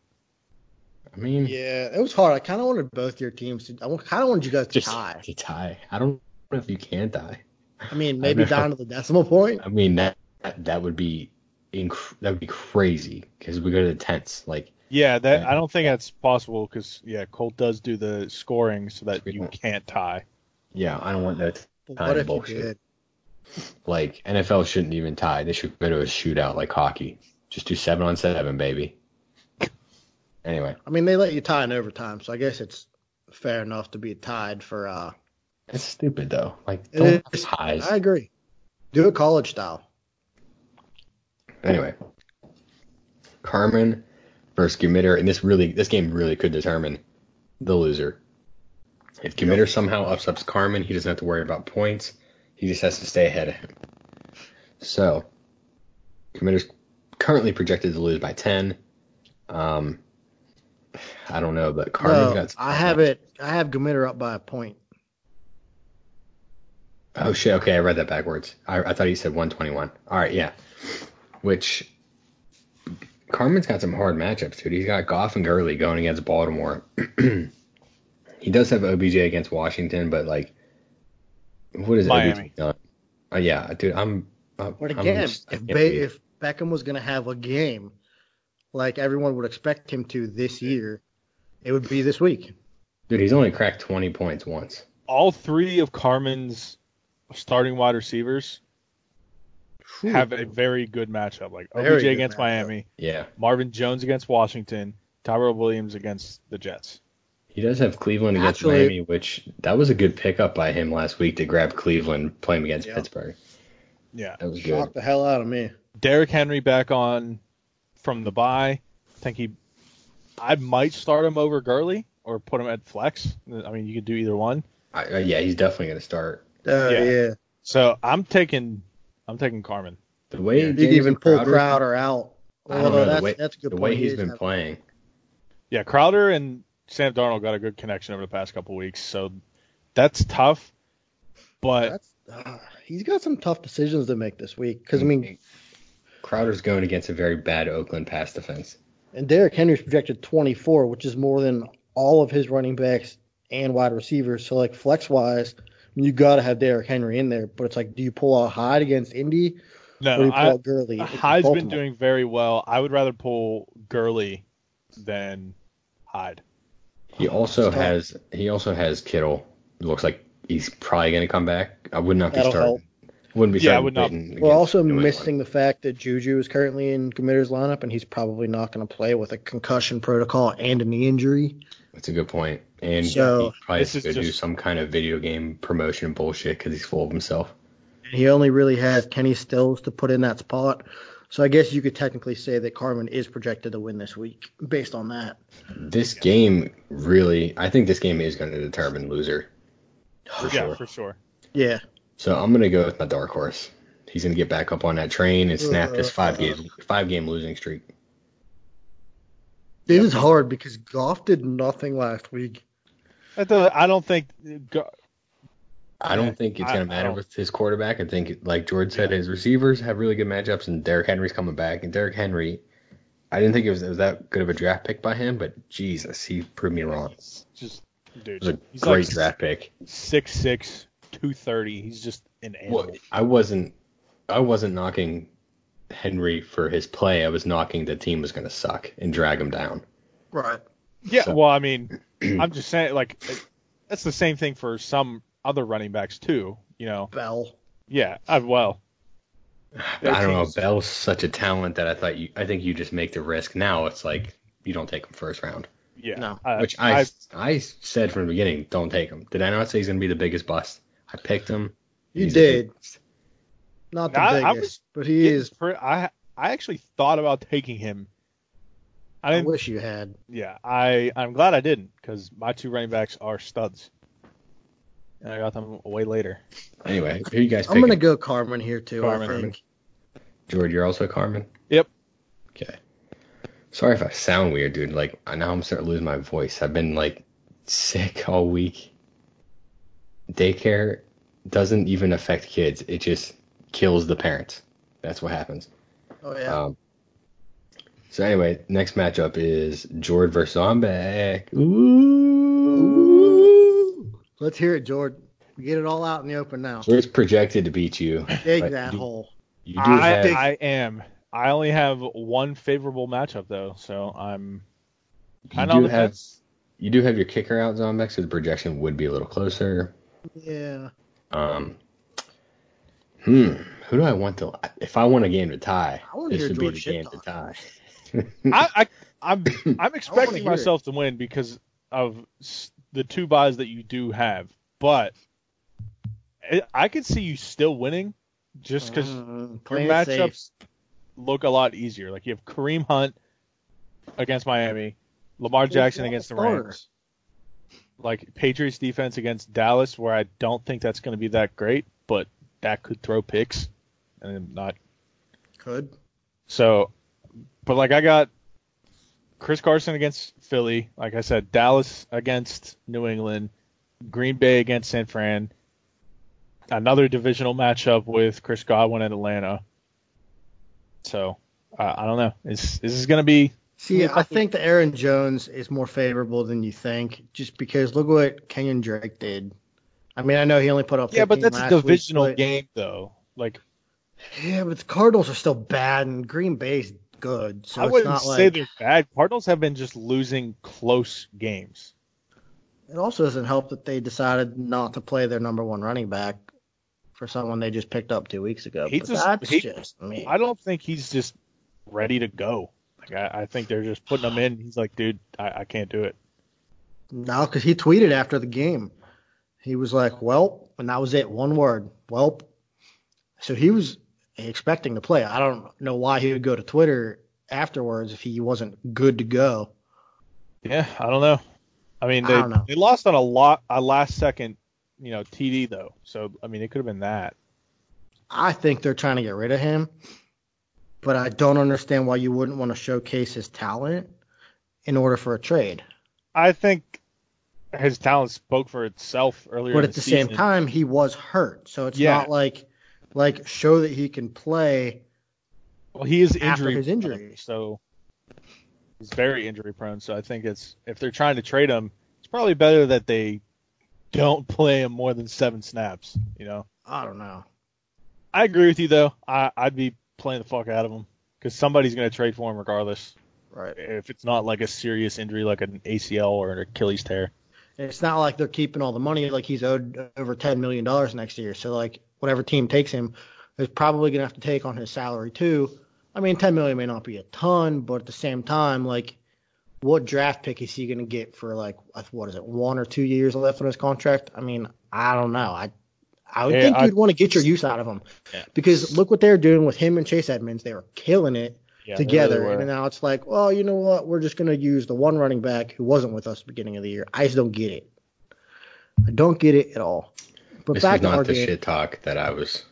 Speaker 2: I mean
Speaker 3: Yeah, it was hard. I kind of wanted both your teams to. I kind of wanted you guys to
Speaker 2: just
Speaker 3: tie.
Speaker 2: to tie. I don't know if you can tie.
Speaker 3: I mean, maybe
Speaker 2: know.
Speaker 3: down to the decimal point.
Speaker 2: I mean that that, that would be inc- that would be crazy because we go to the tenths like
Speaker 4: Yeah, that
Speaker 2: Yeah.
Speaker 4: I don't think that's possible because yeah, Colt does do the scoring so that
Speaker 2: We
Speaker 4: you
Speaker 2: don't-
Speaker 4: can't tie.
Speaker 2: yeah I don't want that
Speaker 3: But
Speaker 2: Kind
Speaker 3: what
Speaker 2: of
Speaker 3: if you
Speaker 2: bullshit.
Speaker 3: did?
Speaker 2: like NFL shouldn't even tie. They should go to a shootout like hockey. Just do seven on seven, baby. Anyway,
Speaker 3: I mean, they let you tie in overtime, so I guess it's fair enough to be tied for. uh
Speaker 2: it's stupid though. Like
Speaker 3: It
Speaker 2: don't have
Speaker 3: is.
Speaker 2: ties.
Speaker 3: I agree. Do it college style.
Speaker 2: Anyway, Carmen versus Gemitter, and this really this game really could determine the loser. If Gemitter somehow upsets Carmen, he doesn't have to worry about points. He just has to stay ahead of him. So, Committer's currently projected to lose by 10. Um, I don't know, but Carmen's
Speaker 3: No,
Speaker 2: got.
Speaker 3: I have it. I have Gamitter up by a point.
Speaker 2: Oh shit! Okay, I read that backwards. I, I thought you said 121. All right, yeah. Which Carmen's got some hard matchups, dude. He's got Goff and Gurley going against Baltimore. he does have OBJ against Washington, but like, what is
Speaker 4: Miami.
Speaker 2: OBJ done? Oh yeah, dude. I'm. I'm
Speaker 3: But
Speaker 2: I'm
Speaker 3: again,
Speaker 2: just- I
Speaker 3: if,
Speaker 2: can't
Speaker 3: Be-
Speaker 2: believe-
Speaker 3: if Beckham was going to have a game like everyone would expect him to this year, it would be this week.
Speaker 2: dude, he's only cracked 20 points once.
Speaker 4: All three of Carmen's starting wide receivers have a very good matchup. Like
Speaker 3: Very
Speaker 4: OBJ
Speaker 3: good
Speaker 4: against
Speaker 3: matchup.
Speaker 4: Miami,
Speaker 2: Yeah,
Speaker 4: Marvin Jones against Washington, Tyrell Williams against the Jets.
Speaker 2: he does have Cleveland against
Speaker 3: Actually-
Speaker 2: Miami, which that was a good pickup by him last week to grab Cleveland playing against
Speaker 3: Yeah.
Speaker 2: Pittsburgh.
Speaker 4: Yeah.
Speaker 2: That was good.
Speaker 3: Shocked the hell out of me.
Speaker 4: Derrick Henry back on from the bye. I think he I might start him over Gurley or put him at flex. I mean, you could do either one.
Speaker 2: I, I- yeah, he's definitely gonna start.
Speaker 3: Oh,
Speaker 4: Yeah.
Speaker 3: yeah.
Speaker 4: So, I'm taking I'm taking Carmen.
Speaker 2: The way
Speaker 3: You could
Speaker 2: Jameson
Speaker 3: even pull
Speaker 2: Crowder-
Speaker 3: Crowder out.
Speaker 2: I don't
Speaker 3: Although
Speaker 2: know,
Speaker 3: that's,
Speaker 2: the way,
Speaker 3: that's a good
Speaker 2: the
Speaker 3: point.
Speaker 2: way
Speaker 3: He
Speaker 2: he's
Speaker 3: is
Speaker 2: been
Speaker 3: having-
Speaker 2: playing.
Speaker 4: Yeah, Crowder and Sam Darnold got a good connection over the past couple weeks, so that's tough. But
Speaker 3: That's, uh, he's got some tough decisions to make this week. Because, I
Speaker 2: Mm-hmm.
Speaker 3: mean,
Speaker 2: Crowder's going against a very bad Oakland pass defense.
Speaker 3: and Derrick Henry's projected 24, which is more than all of his running backs and wide receivers. So, like, flex wise, you got to have Derrick Henry in there. But it's like, do you pull out Hyde against Indy or do
Speaker 4: no,
Speaker 3: you pull
Speaker 4: I,
Speaker 3: out Gurley? It's
Speaker 4: Hyde's been
Speaker 3: Baltimore.
Speaker 4: doing very well. I would rather pull Gurley than Hyde.
Speaker 2: He
Speaker 3: Oh,
Speaker 2: also
Speaker 3: Start.
Speaker 2: has he also has Kittle. It looks like he's probably going to come back. I would not be
Speaker 3: That'll
Speaker 2: starting.
Speaker 3: help.
Speaker 2: Wouldn't be
Speaker 4: Yeah, I
Speaker 2: starting.
Speaker 4: would not.
Speaker 2: Peyton
Speaker 3: We're
Speaker 2: against
Speaker 3: also
Speaker 2: New England.
Speaker 3: missing the fact that Juju is currently in Committer's lineup, and he's probably not going to play with a concussion protocol and a knee injury.
Speaker 2: That's a good point. And he
Speaker 3: So,
Speaker 2: probably
Speaker 4: this
Speaker 2: has to
Speaker 4: is
Speaker 2: go do
Speaker 4: just-
Speaker 2: some kind of video game promotion bullshit because he's full of himself.
Speaker 3: And he only really has Kenny Stills to put in that spot. So I guess you could technically say that Carmen is projected to win this week based on that. Mm.
Speaker 2: This game really, I think this game is going to determine loser. For
Speaker 4: yeah,
Speaker 2: sure.
Speaker 4: for sure.
Speaker 3: Yeah.
Speaker 2: So I'm gonna go with my dark horse. He's gonna get back up on that train and snap
Speaker 4: Uh,
Speaker 2: this five game five game losing streak.
Speaker 3: This is hard because Goff did nothing last week.
Speaker 4: I don't, I don't think uh, Gu-
Speaker 2: I don't think it's
Speaker 4: I-
Speaker 2: gonna
Speaker 4: I
Speaker 2: matter
Speaker 4: don't-
Speaker 2: with his quarterback. I think, like George said, his receivers have really good matchups, and Derrick Henry's coming back. And Derrick Henry, I didn't think it was, it was that good of a draft pick by him, but Jesus, he proved me wrong. It
Speaker 4: just dude.
Speaker 2: was a
Speaker 4: he's
Speaker 2: great
Speaker 4: like
Speaker 2: draft pick.
Speaker 4: Six six, two thirty. He's just an animal.
Speaker 2: Well, I wasn't, I wasn't knocking Henry for his play. I was knocking the team was gonna suck and drag him down.
Speaker 3: Right.
Speaker 4: yeah.
Speaker 2: so-
Speaker 4: Well, I mean, I'm just saying like that's the same thing for some other running backs too. You know.
Speaker 3: Bell.
Speaker 4: Yeah. I, well,
Speaker 2: But I don't know.
Speaker 4: teams-
Speaker 2: Bell's such a talent that I thought you. I think you just make the risk. Now it's like you don't take him first round.
Speaker 4: Yeah.
Speaker 3: No.
Speaker 4: I-
Speaker 2: Which I,
Speaker 4: I-
Speaker 2: I said from the beginning, don't take him. Did I not say he's going to be the biggest bust? I picked him.
Speaker 3: You
Speaker 2: He's
Speaker 3: did.
Speaker 2: the biggest.
Speaker 3: Not the
Speaker 4: I-
Speaker 3: biggest,
Speaker 4: I was
Speaker 3: but he
Speaker 4: getting
Speaker 3: is.
Speaker 4: pre- I I actually thought about taking him. I
Speaker 3: I,
Speaker 4: didn't,
Speaker 3: wish you had.
Speaker 4: yeah, I I'm glad I didn't because my two running backs are studs, and I got them way later.
Speaker 2: Anyway, who you guys
Speaker 3: I'm
Speaker 2: picking?
Speaker 3: gonna go Carmen here too.
Speaker 4: Carmen.
Speaker 3: I think.
Speaker 2: George, you're also Carmen?
Speaker 4: Yep.
Speaker 2: Okay. Sorry if I sound weird, dude. Like, I now I'm starting to lose my voice. I've been, like, sick all week. Daycare doesn't even affect kids, it just kills the parents. That's what happens.
Speaker 3: Oh yeah.
Speaker 2: Um, so, anyway, next matchup is George versus Zombek. Ooh.
Speaker 3: Let's hear it, Jordan. Get it all out in the open now.
Speaker 2: George's projected to beat you.
Speaker 3: Dig
Speaker 2: but
Speaker 3: that
Speaker 2: you-
Speaker 3: hole.
Speaker 2: You do
Speaker 4: I
Speaker 2: have-
Speaker 4: I am. I only have one favorable matchup though, so I'm
Speaker 2: you
Speaker 4: kind of on
Speaker 2: do
Speaker 4: the
Speaker 2: have
Speaker 4: fence.
Speaker 2: you do have your kicker out, Zombex, so the projection would be a little closer.
Speaker 3: Yeah.
Speaker 2: Um, hmm, who do I want to? If I want a game to tie,
Speaker 3: I wanna
Speaker 2: this
Speaker 3: hear
Speaker 2: would be the
Speaker 3: George shit
Speaker 2: game to
Speaker 3: talk.
Speaker 2: tie.
Speaker 4: I, I I'm I'm expecting
Speaker 3: hear
Speaker 4: myself to win because of s- the two buys that you do have, but I- I could see you still winning just because
Speaker 3: Mm,
Speaker 4: your
Speaker 3: playing it safe.
Speaker 4: matchups look a lot easier. Like you have Kareem Hunt against Miami, Lamar
Speaker 3: Well,
Speaker 4: Jackson
Speaker 3: he's
Speaker 4: against the
Speaker 3: not a starter.
Speaker 4: Rams, like Patriots defense against Dallas, where I don't think that's going to be that great, but that could throw picks, and I'm not
Speaker 3: Could.
Speaker 4: so, but like I got Chris Carson against Philly, like I said, Dallas against New England, Green Bay against San Fran, another divisional matchup with Chris Godwin at Atlanta. So uh, I don't know. Is is this gonna be?
Speaker 3: See, I think the Aaron Jones is more favorable than you think, just because look what Kenyon Drake did. I mean, I know he only put up. 15 last week, but-
Speaker 4: game though. Like
Speaker 3: Yeah, but the Cardinals are still bad, and Green Bay's good. So
Speaker 4: I
Speaker 3: it's
Speaker 4: wouldn't
Speaker 3: not
Speaker 4: say
Speaker 3: like
Speaker 4: they're bad. Cardinals have been just losing close games.
Speaker 3: it also doesn't help that they decided not to play their number one running back for someone they just picked up two weeks ago.
Speaker 4: He
Speaker 3: but
Speaker 4: just-
Speaker 3: that's
Speaker 4: he-
Speaker 3: just me.
Speaker 4: I don't think he's just ready to go. Like I, I think they're just putting him in. He's like, dude, I, I can't do it.
Speaker 3: No, because he tweeted after the game. He was like, "Welp," and that was it. One word, "Welp." So he was expecting to play. I don't know why he would go to Twitter afterwards if he wasn't good to go.
Speaker 4: Yeah, I don't know. I mean,
Speaker 3: I
Speaker 4: they
Speaker 3: don't know.
Speaker 4: they lost on a lot a last second, you know, TD though. So I mean, it could have been that.
Speaker 3: I think they're trying to get rid of him, but I don't understand why you wouldn't want to showcase his talent in order for a trade.
Speaker 4: I think his talent spoke for itself earlier.
Speaker 3: But
Speaker 4: in
Speaker 3: at the same
Speaker 4: season.
Speaker 3: time, he was hurt, so it's
Speaker 4: Yeah.
Speaker 3: not like like show that he can play.
Speaker 4: well, he is
Speaker 3: after
Speaker 4: injury
Speaker 3: his
Speaker 4: prone,
Speaker 3: injury.
Speaker 4: so he's very injury prone. So I think it's if they're trying to trade him, it's probably better that they don't play him more than seven snaps. You know.
Speaker 3: I don't know.
Speaker 4: I agree with you though. I, I'd be playing the fuck out of him because somebody's going to trade for him regardless.
Speaker 3: Right.
Speaker 4: If it's not like a serious injury like an ACL or an Achilles tear.
Speaker 3: It's not like they're keeping all the money. Like he's owed over ten million dollars next year. So like whatever team takes him is probably gonna have to take on his salary too. I mean, ten million may not be a ton, but at the same time, like what draft pick is he gonna get for like I- what is it one or two years left on his contract? I mean, I don't know. I I would
Speaker 4: Yeah,
Speaker 3: think
Speaker 4: I-
Speaker 3: you'd want to get your use out of him
Speaker 4: Yeah.
Speaker 3: because look what they're doing with him and Chase Edmonds. They were killing it
Speaker 4: Yeah, they
Speaker 3: together.
Speaker 4: really were.
Speaker 3: and now it's like, well, you know what? We're just going to use the one running back who wasn't with us at the beginning of the year. I just don't get it. I don't get it at all. But
Speaker 2: this
Speaker 3: back
Speaker 2: is
Speaker 3: to our
Speaker 2: not the
Speaker 3: game.
Speaker 2: shit talk that I was.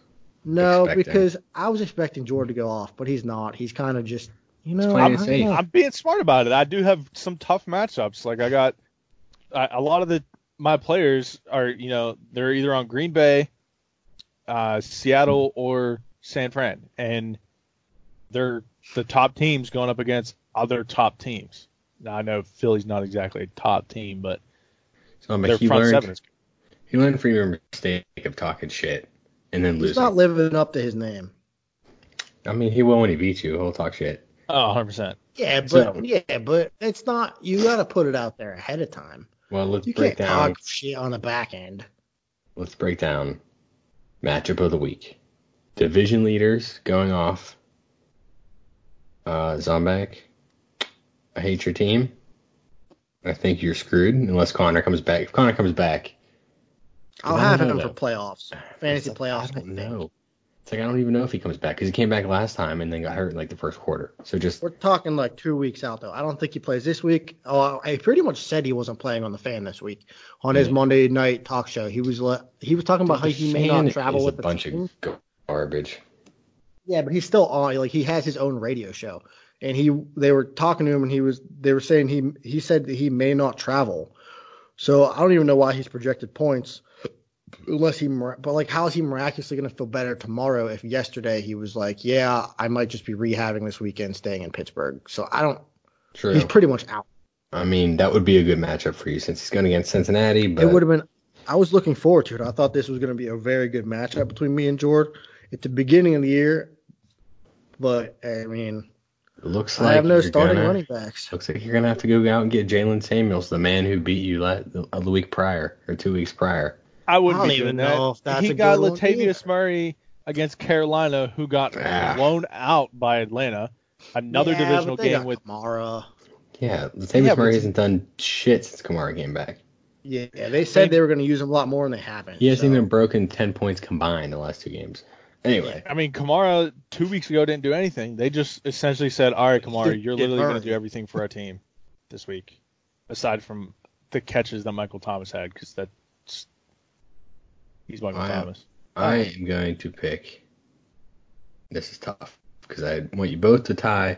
Speaker 3: no,
Speaker 2: expecting.
Speaker 3: because I was expecting Jordan to go off, but he's not. He's kind of just, you know,
Speaker 2: playing
Speaker 3: I
Speaker 2: it
Speaker 3: don't
Speaker 2: safe.
Speaker 3: know.
Speaker 4: I'm being smart about it. I do have some tough matchups. Like I got I, a lot of the my players are you know they're either on Green Bay, uh, Seattle or San Fran, and they're the top teams going up against other top teams. Now I know Philly's not exactly a top team, but
Speaker 2: Zombek,
Speaker 4: their
Speaker 2: he
Speaker 4: front seven
Speaker 2: learned,
Speaker 4: is
Speaker 2: he learned from your mistake of talking shit and then
Speaker 3: he's
Speaker 2: losing.
Speaker 3: not living up to his name.
Speaker 2: I mean, he will when he beats you. He'll talk shit.
Speaker 4: Oh, 100 percent.
Speaker 3: Yeah, but
Speaker 2: So-
Speaker 3: yeah, but it's not. You got to put it out there ahead of time.
Speaker 2: Well, let's
Speaker 3: You
Speaker 2: break
Speaker 3: can't
Speaker 2: down.
Speaker 3: talk shit on the back end.
Speaker 2: Let's break down matchup of the week. Division leaders going off. Uh, Zombek, I hate your team. I think you're screwed unless Connor comes back. If Connor comes back,
Speaker 3: I'll
Speaker 2: I
Speaker 3: have
Speaker 2: don't
Speaker 3: him
Speaker 2: know.
Speaker 3: for playoffs, fantasy
Speaker 2: it's like,
Speaker 3: playoffs.
Speaker 2: I
Speaker 3: I
Speaker 2: don't
Speaker 3: think.
Speaker 2: know. It's like I don't even know if he comes back because he came back last time and then got hurt in, like the first quarter. So just
Speaker 3: We're talking like two weeks out though. I don't think he plays this week. Oh, I pretty much said he wasn't playing on the fan this week on his
Speaker 2: Yeah.
Speaker 3: Monday night talk show. He was le- he was talking about how
Speaker 2: The
Speaker 3: he may
Speaker 2: fan
Speaker 3: not travel
Speaker 2: is
Speaker 3: with
Speaker 2: a
Speaker 3: the
Speaker 2: bunch
Speaker 3: team.
Speaker 2: of gar- garbage.
Speaker 3: Yeah, but he's still on. Like he has his own radio show, and he they were talking to him, and he was they were saying he he said that he may not travel. So I don't even know why he's projected points, unless he. mir- But like, how is he miraculously going to feel better tomorrow if yesterday he was like, yeah, I might just be rehabbing this weekend, staying in Pittsburgh. So I don't.
Speaker 2: True.
Speaker 3: He's pretty much out.
Speaker 2: I mean, that would be a good matchup for you since he's going against Cincinnati. But
Speaker 3: It would have been. I was looking forward to it. I thought this was going to be a very good matchup between me and Jordan at the beginning of the year. But I mean,
Speaker 2: looks like
Speaker 3: I have no
Speaker 2: you're
Speaker 3: starting
Speaker 2: gonna-
Speaker 3: running backs.
Speaker 2: Looks like you're gonna have to go out and get Jalen Samuels, the man who beat you la- the, uh, the week prior or two weeks prior.
Speaker 4: I
Speaker 3: I
Speaker 4: wouldn't
Speaker 3: don't
Speaker 4: be doing
Speaker 3: even
Speaker 4: that.
Speaker 3: know if that's
Speaker 4: he
Speaker 3: a
Speaker 4: got
Speaker 3: good one
Speaker 4: Latavius Murray against Carolina, who got
Speaker 2: Ah.
Speaker 4: blown out by Atlanta. Another
Speaker 3: Yeah,
Speaker 4: divisional
Speaker 3: but they
Speaker 4: game
Speaker 3: got
Speaker 4: with
Speaker 3: Kamara.
Speaker 2: Yeah, Latavius
Speaker 4: Yeah, but-
Speaker 2: Murray hasn't done shit since Kamara came back.
Speaker 3: Yeah, they said they were going to use him a lot more, and they haven't.
Speaker 2: He hasn't
Speaker 3: so.
Speaker 2: even broken ten points combined the last two games. Anyway,
Speaker 4: I mean, Kamara two weeks ago didn't do anything. They just essentially said, "All right, Kamara,
Speaker 3: Did-
Speaker 4: you're
Speaker 3: did
Speaker 4: literally going
Speaker 3: Murray.
Speaker 4: to do everything for our team this week, aside from the catches that Michael Thomas had, because that's he's Michael
Speaker 3: Oh,
Speaker 2: I-
Speaker 4: Thomas."
Speaker 2: I am going to pick. This is tough because I want you both to tie.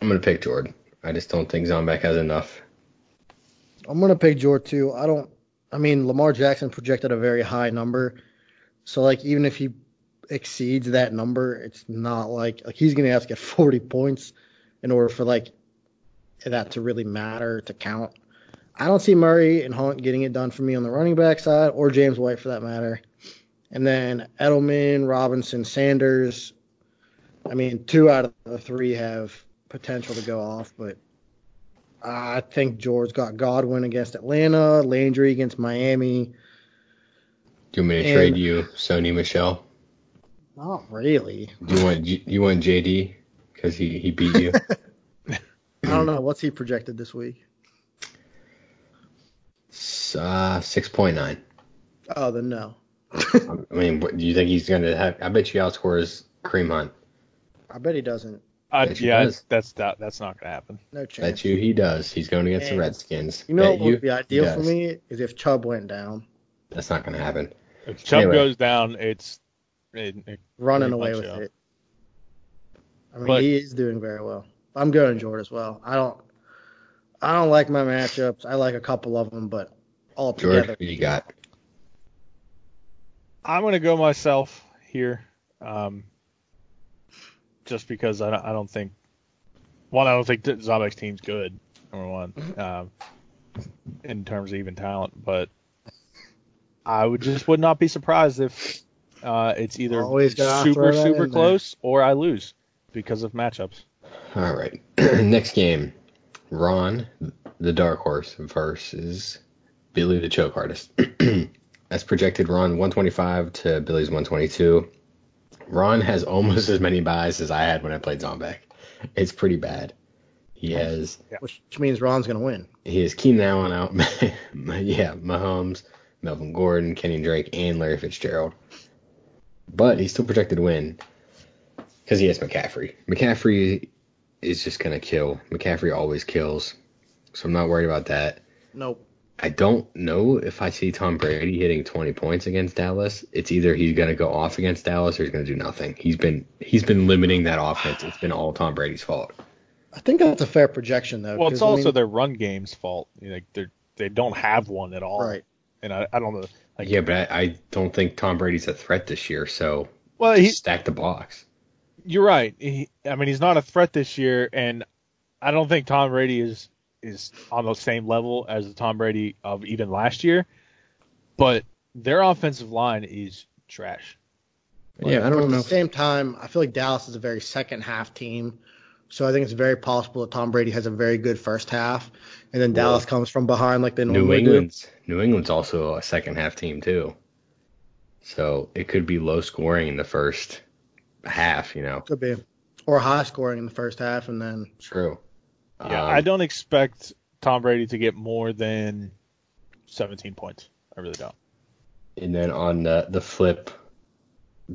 Speaker 2: I'm gonna pick Jordan. I just don't think Zombek has enough.
Speaker 3: I'm going to pick Jordan too. I don't. I mean, Lamar Jackson projected a very high number, so like even if he exceeds that number, it's not like like he's going to have to get 40 points in order for like that to really matter to count. I don't see Murray and Hunt getting it done for me on the running back side, or James White for that matter. And then Edelman, Robinson, Sanders. I mean, two out of the three have potential to go off, but I think George got Godwin against Atlanta, Landry against Miami.
Speaker 2: Do you want me to
Speaker 3: And-
Speaker 2: trade you Sony Michelle?
Speaker 3: Not really.
Speaker 2: Do you want G- you want JD because he he beat you?
Speaker 3: I don't know. What's he projected this week?
Speaker 2: S- uh, six point nine.
Speaker 3: Oh, then no.
Speaker 2: I mean, what, do you think he's gonna have? I bet you outscores Kareem Hunt.
Speaker 3: I bet he doesn't.
Speaker 4: Uh,
Speaker 2: Bet she
Speaker 4: yeah,
Speaker 2: does.
Speaker 4: that's that, that's not going to happen.
Speaker 3: No
Speaker 2: Bet
Speaker 3: chance.
Speaker 2: you he does. He's going against the
Speaker 3: Yeah.
Speaker 2: Redskins.
Speaker 3: You know
Speaker 2: Bet
Speaker 3: what would be
Speaker 2: he
Speaker 3: ideal for
Speaker 2: does.
Speaker 3: me is if Chubb went down,
Speaker 2: That's not gonna happen.
Speaker 4: If Chubb
Speaker 2: Anyway.
Speaker 4: goes down, it's it, it-
Speaker 3: running
Speaker 4: Pretty
Speaker 3: away
Speaker 4: much,
Speaker 3: with
Speaker 4: yeah.
Speaker 3: it. I mean,
Speaker 4: But-
Speaker 3: he is doing very well. I'm going George as well. I don't. I don't like my matchups. I like a couple of them, but all
Speaker 2: George,
Speaker 3: together.
Speaker 2: who you got?
Speaker 4: I'm going to go myself here, um, just because I don't, I don't think one, I don't think that Zabek's team's good. Number one, um, in terms of even talent, but I would just would not be surprised if uh, it's either
Speaker 3: Always gotta
Speaker 4: super
Speaker 3: throw that
Speaker 4: super
Speaker 3: in there.
Speaker 4: close or I lose because of matchups.
Speaker 2: All right. Next game, Ron, the dark horse, versus Billy, the choke artist. As projected, Ron 125 to Billy's 122. Ron has almost as many buys as I had when I played Zombek. It's pretty bad. He has
Speaker 3: Which means Ron's going to win.
Speaker 2: he has Keenan Allen out. yeah, Mahomes, Melvin Gordon, Kenny Drake, and Larry Fitzgerald. But he's still projected to win because he has McCaffrey. McCaffrey is just going to kill. McCaffrey always kills. So I'm not worried about that.
Speaker 3: Nope.
Speaker 2: I don't know if I see Tom Brady hitting 20 points against Dallas. It's either he's going to go off against Dallas or he's going to do nothing. He's been he's been limiting that offense. It's been all Tom Brady's fault.
Speaker 3: I think that's a fair projection though.
Speaker 4: Well,
Speaker 3: 'cause,
Speaker 4: it's
Speaker 3: I
Speaker 4: also
Speaker 3: mean-
Speaker 4: their run game's fault. Like they they don't have one at all,
Speaker 3: right.
Speaker 4: and I, I don't know. Like,
Speaker 2: Yeah, but I, I don't think Tom Brady's a threat this year. So
Speaker 4: well, he,
Speaker 2: stack the box.
Speaker 4: You're right. He, I mean, he's not a threat this year, and I don't think Tom Brady is is on the same level as the Tom Brady of even last year. But their offensive line is trash.
Speaker 2: yeah, I
Speaker 3: But
Speaker 2: don't
Speaker 3: at
Speaker 2: know.
Speaker 3: the same time, I feel like Dallas is a very second half team. So I think it's very possible that Tom Brady has a very good first half, and then Dallas comes from behind like they normally
Speaker 2: New
Speaker 3: do.
Speaker 2: England's New England's also a second half team too. So it could be low scoring in the first half, you know.
Speaker 3: Could be. Or high scoring in the first half, and then
Speaker 2: True.
Speaker 4: Yeah,
Speaker 2: Um,
Speaker 4: I don't expect Tom Brady to get more than 17 points. I really don't.
Speaker 2: And then on the, the flip,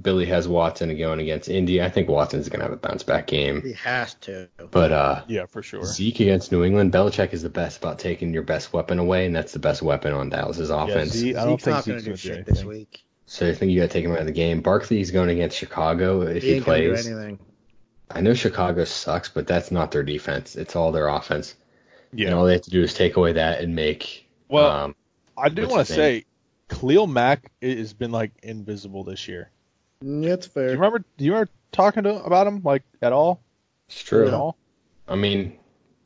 Speaker 2: Billy has Watson going against Indy. I think Watson's going to have a bounce back game.
Speaker 3: He has to.
Speaker 2: But uh,
Speaker 4: Yeah, for sure.
Speaker 2: Zeke against New England, Belichick is the best about taking your best weapon away, and that's the best weapon on Dallas's offense.
Speaker 4: Zeke- I don't
Speaker 3: Zeke's
Speaker 4: think
Speaker 3: not going
Speaker 4: Zeke's
Speaker 3: to do
Speaker 4: gonna
Speaker 3: shit
Speaker 4: do anything.
Speaker 3: this week.
Speaker 2: So I think you got to take him out of the game. Barkley's going against Chicago if
Speaker 3: He
Speaker 2: he,
Speaker 3: ain't going to do
Speaker 2: plays.
Speaker 3: anything.
Speaker 2: I know Chicago sucks, but that's not their defense. It's all their offense.
Speaker 4: yeah.
Speaker 2: And all they have to do is take away that and make.
Speaker 4: Well,
Speaker 2: um,
Speaker 4: I do
Speaker 2: what's his
Speaker 4: want to say, Khalil Mack i- has been like invisible this year.
Speaker 3: Mm, That's fair.
Speaker 4: Do you remember? Do you remember talking to about him like at all?
Speaker 2: it's true.
Speaker 4: At all?
Speaker 2: I mean,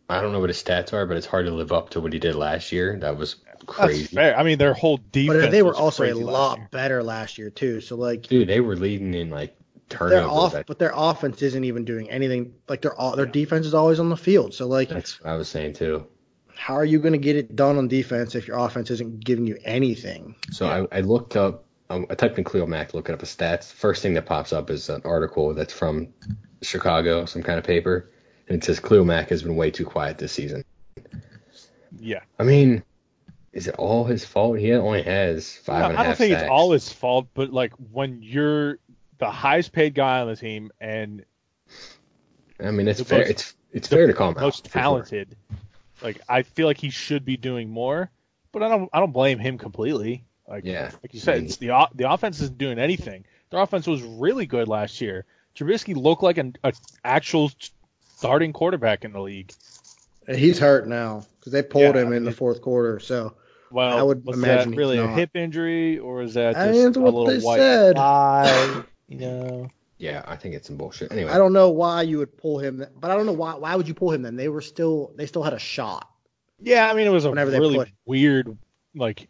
Speaker 2: I don't know what his stats are, but it's hard to live up to what he did last year. That was crazy. uh,
Speaker 4: That's fair. I mean, their whole defense.
Speaker 3: But they were
Speaker 4: was
Speaker 3: also a
Speaker 4: crazy last
Speaker 3: lot
Speaker 4: year.
Speaker 3: better last year too. So like
Speaker 2: Dude, they were leading in like
Speaker 3: they're
Speaker 2: turnovers.
Speaker 3: off,
Speaker 2: That-
Speaker 3: but their offense isn't even doing anything. Like their all their defense is always on the field. So like,
Speaker 2: that's what I was saying too.
Speaker 3: how are you going to get it done on defense if your offense isn't giving you anything?
Speaker 2: So I, I looked up, um, I typed in Cleo Mack, looking up his stats. First thing that pops up is an article that's from Chicago, some kind of paper, and it says Cleo Mack has been way too quiet this season.
Speaker 4: Yeah.
Speaker 2: I mean, is it all his fault? He only has five
Speaker 4: No,
Speaker 2: and a half
Speaker 4: I don't think
Speaker 2: sacks.
Speaker 4: it's all his fault, but like when you're the highest paid guy on the team and
Speaker 2: I mean, it's
Speaker 4: the
Speaker 2: fair.
Speaker 4: most-
Speaker 2: it's it's
Speaker 4: the
Speaker 2: fair to call him out,
Speaker 4: most
Speaker 2: for sure.
Speaker 4: talented, like I feel like he should be doing more, but I don't I don't blame him completely. Like
Speaker 2: Yeah.
Speaker 4: like you said, it's the o- the offense isn't doing anything. Their offense was really good last year. Trubisky looked like an a actual starting quarterback in the league.
Speaker 3: And he's hurt now because they pulled
Speaker 4: Yeah,
Speaker 3: him in the fourth quarter. So
Speaker 4: Well,
Speaker 3: I would
Speaker 4: was
Speaker 3: imagine
Speaker 4: that really
Speaker 3: he's
Speaker 4: a
Speaker 3: not.
Speaker 4: hip injury or is that
Speaker 3: I
Speaker 4: just
Speaker 3: mean, that's
Speaker 4: a
Speaker 3: what
Speaker 4: little
Speaker 3: they
Speaker 4: white
Speaker 3: said.
Speaker 4: lie? You know,
Speaker 2: Yeah, I think it's some bullshit. Anyway,
Speaker 3: I don't know why you would pull him, th- but I don't know why. Why would you pull him then? They were still they still had a shot.
Speaker 4: Yeah, I mean it was a
Speaker 3: Whenever they
Speaker 4: really
Speaker 3: put-
Speaker 4: weird like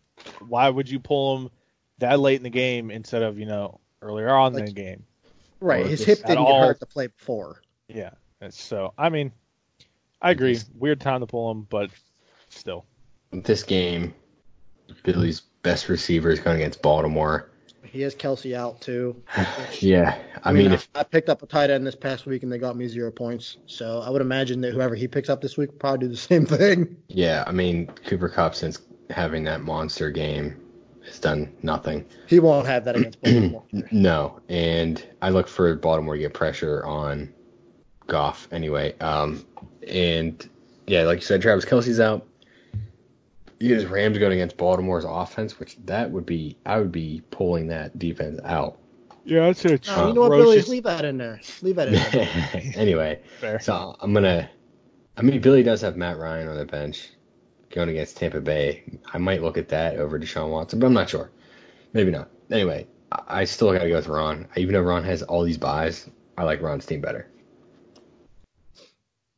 Speaker 4: why would you pull him that late in the game instead of, you know, earlier on in
Speaker 3: Like-
Speaker 4: the game.
Speaker 3: Right,
Speaker 2: Well,
Speaker 3: his
Speaker 2: if
Speaker 3: hip
Speaker 4: at
Speaker 3: didn't
Speaker 4: all-
Speaker 3: get hurt the play before.
Speaker 4: Yeah. And So, I mean, I agree. Weird time to pull him, but still.
Speaker 2: this game, Billy's best receiver is going against Baltimore.
Speaker 3: He has Kelsey out too.
Speaker 2: Yeah, I, mean, if
Speaker 3: I picked up a tight end this past week and they got me zero points. So I would imagine that whoever he picks up this week will probably do the same thing.
Speaker 2: Yeah, I mean Cooper Cup since having that monster game has done nothing.
Speaker 3: He won't have that against Baltimore.
Speaker 2: No, and I look for Baltimore to get pressure on Goff anyway. Um, and yeah, like you said, Travis Kelsey's out. You get his Rams going against Baltimore's offense, which that would be I would be pulling that defense out.
Speaker 4: Yeah, that's it.
Speaker 3: No, Uh, you know what, Billy? Leave that in there. Leave that in there.
Speaker 2: anyway,
Speaker 4: Fair.
Speaker 2: so I'm gonna. I mean, Billy does have Matt Ryan on the bench going against Tampa Bay. I might look at that over Deshaun Watson, but I'm not sure. Maybe not. Anyway, I, I still gotta go with Ron. Even though Ron has all these buys, I like Ron's team better.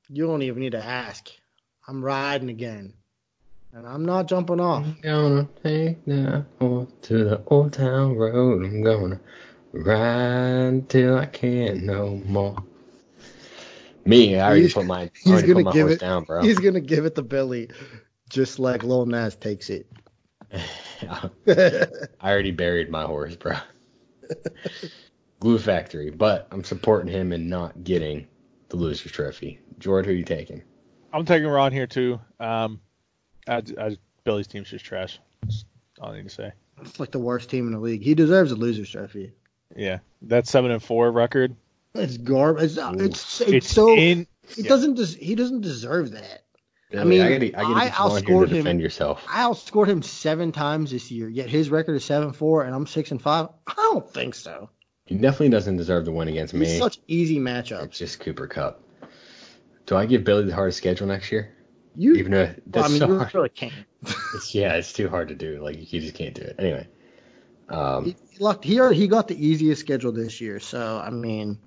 Speaker 3: you don't even need to ask. I'm riding again. And I'm not jumping off.
Speaker 2: I'm gonna take that horse to the old town road. I'm gonna ride till I can't no more. Me, I already
Speaker 3: He's-
Speaker 2: put my, I
Speaker 3: he's
Speaker 2: already
Speaker 3: gonna
Speaker 2: put my
Speaker 3: give
Speaker 2: horse
Speaker 3: it-
Speaker 2: down, bro.
Speaker 3: He's gonna give it to Billy, just like Lil Nas takes it.
Speaker 2: I already buried my horse, bro. Glue Factory, but I'm supporting him and not getting the loser's trophy. George, who you taking?
Speaker 4: I'm taking Ron here too. Um I, I, Billy's team's just trash. That's all I need to say.
Speaker 3: It's like the worst team in the league. He deserves a loser's trophy.
Speaker 4: Yeah. That 7 and 4 record.
Speaker 3: It's garbage. It's, it's, it's,
Speaker 4: It's
Speaker 3: so
Speaker 4: in
Speaker 3: it
Speaker 4: yeah.
Speaker 3: doesn't des- he doesn't deserve that.
Speaker 2: Billy,
Speaker 3: mean,
Speaker 2: I gotta, I gotta
Speaker 3: I
Speaker 2: get you on here to
Speaker 3: outscored him.
Speaker 2: defend yourself.
Speaker 3: I outscored him seven times this year, yet his record is seven four, and I'm six and five. I don't think so.
Speaker 2: He definitely doesn't deserve the win against
Speaker 3: It's
Speaker 2: me.
Speaker 3: such easy
Speaker 2: It's
Speaker 3: matchups.
Speaker 2: just Cooper Cup. Do I give Billy the hardest schedule next year?
Speaker 3: You,
Speaker 2: Even though
Speaker 3: well,
Speaker 2: that's
Speaker 3: I mean,
Speaker 2: so
Speaker 3: you
Speaker 2: hard.
Speaker 3: really can't.
Speaker 2: It's- yeah, it's too hard to do. Like you just can't do it. Anyway, um,
Speaker 3: He, he lucked here. He got the easiest schedule this year, so I mean,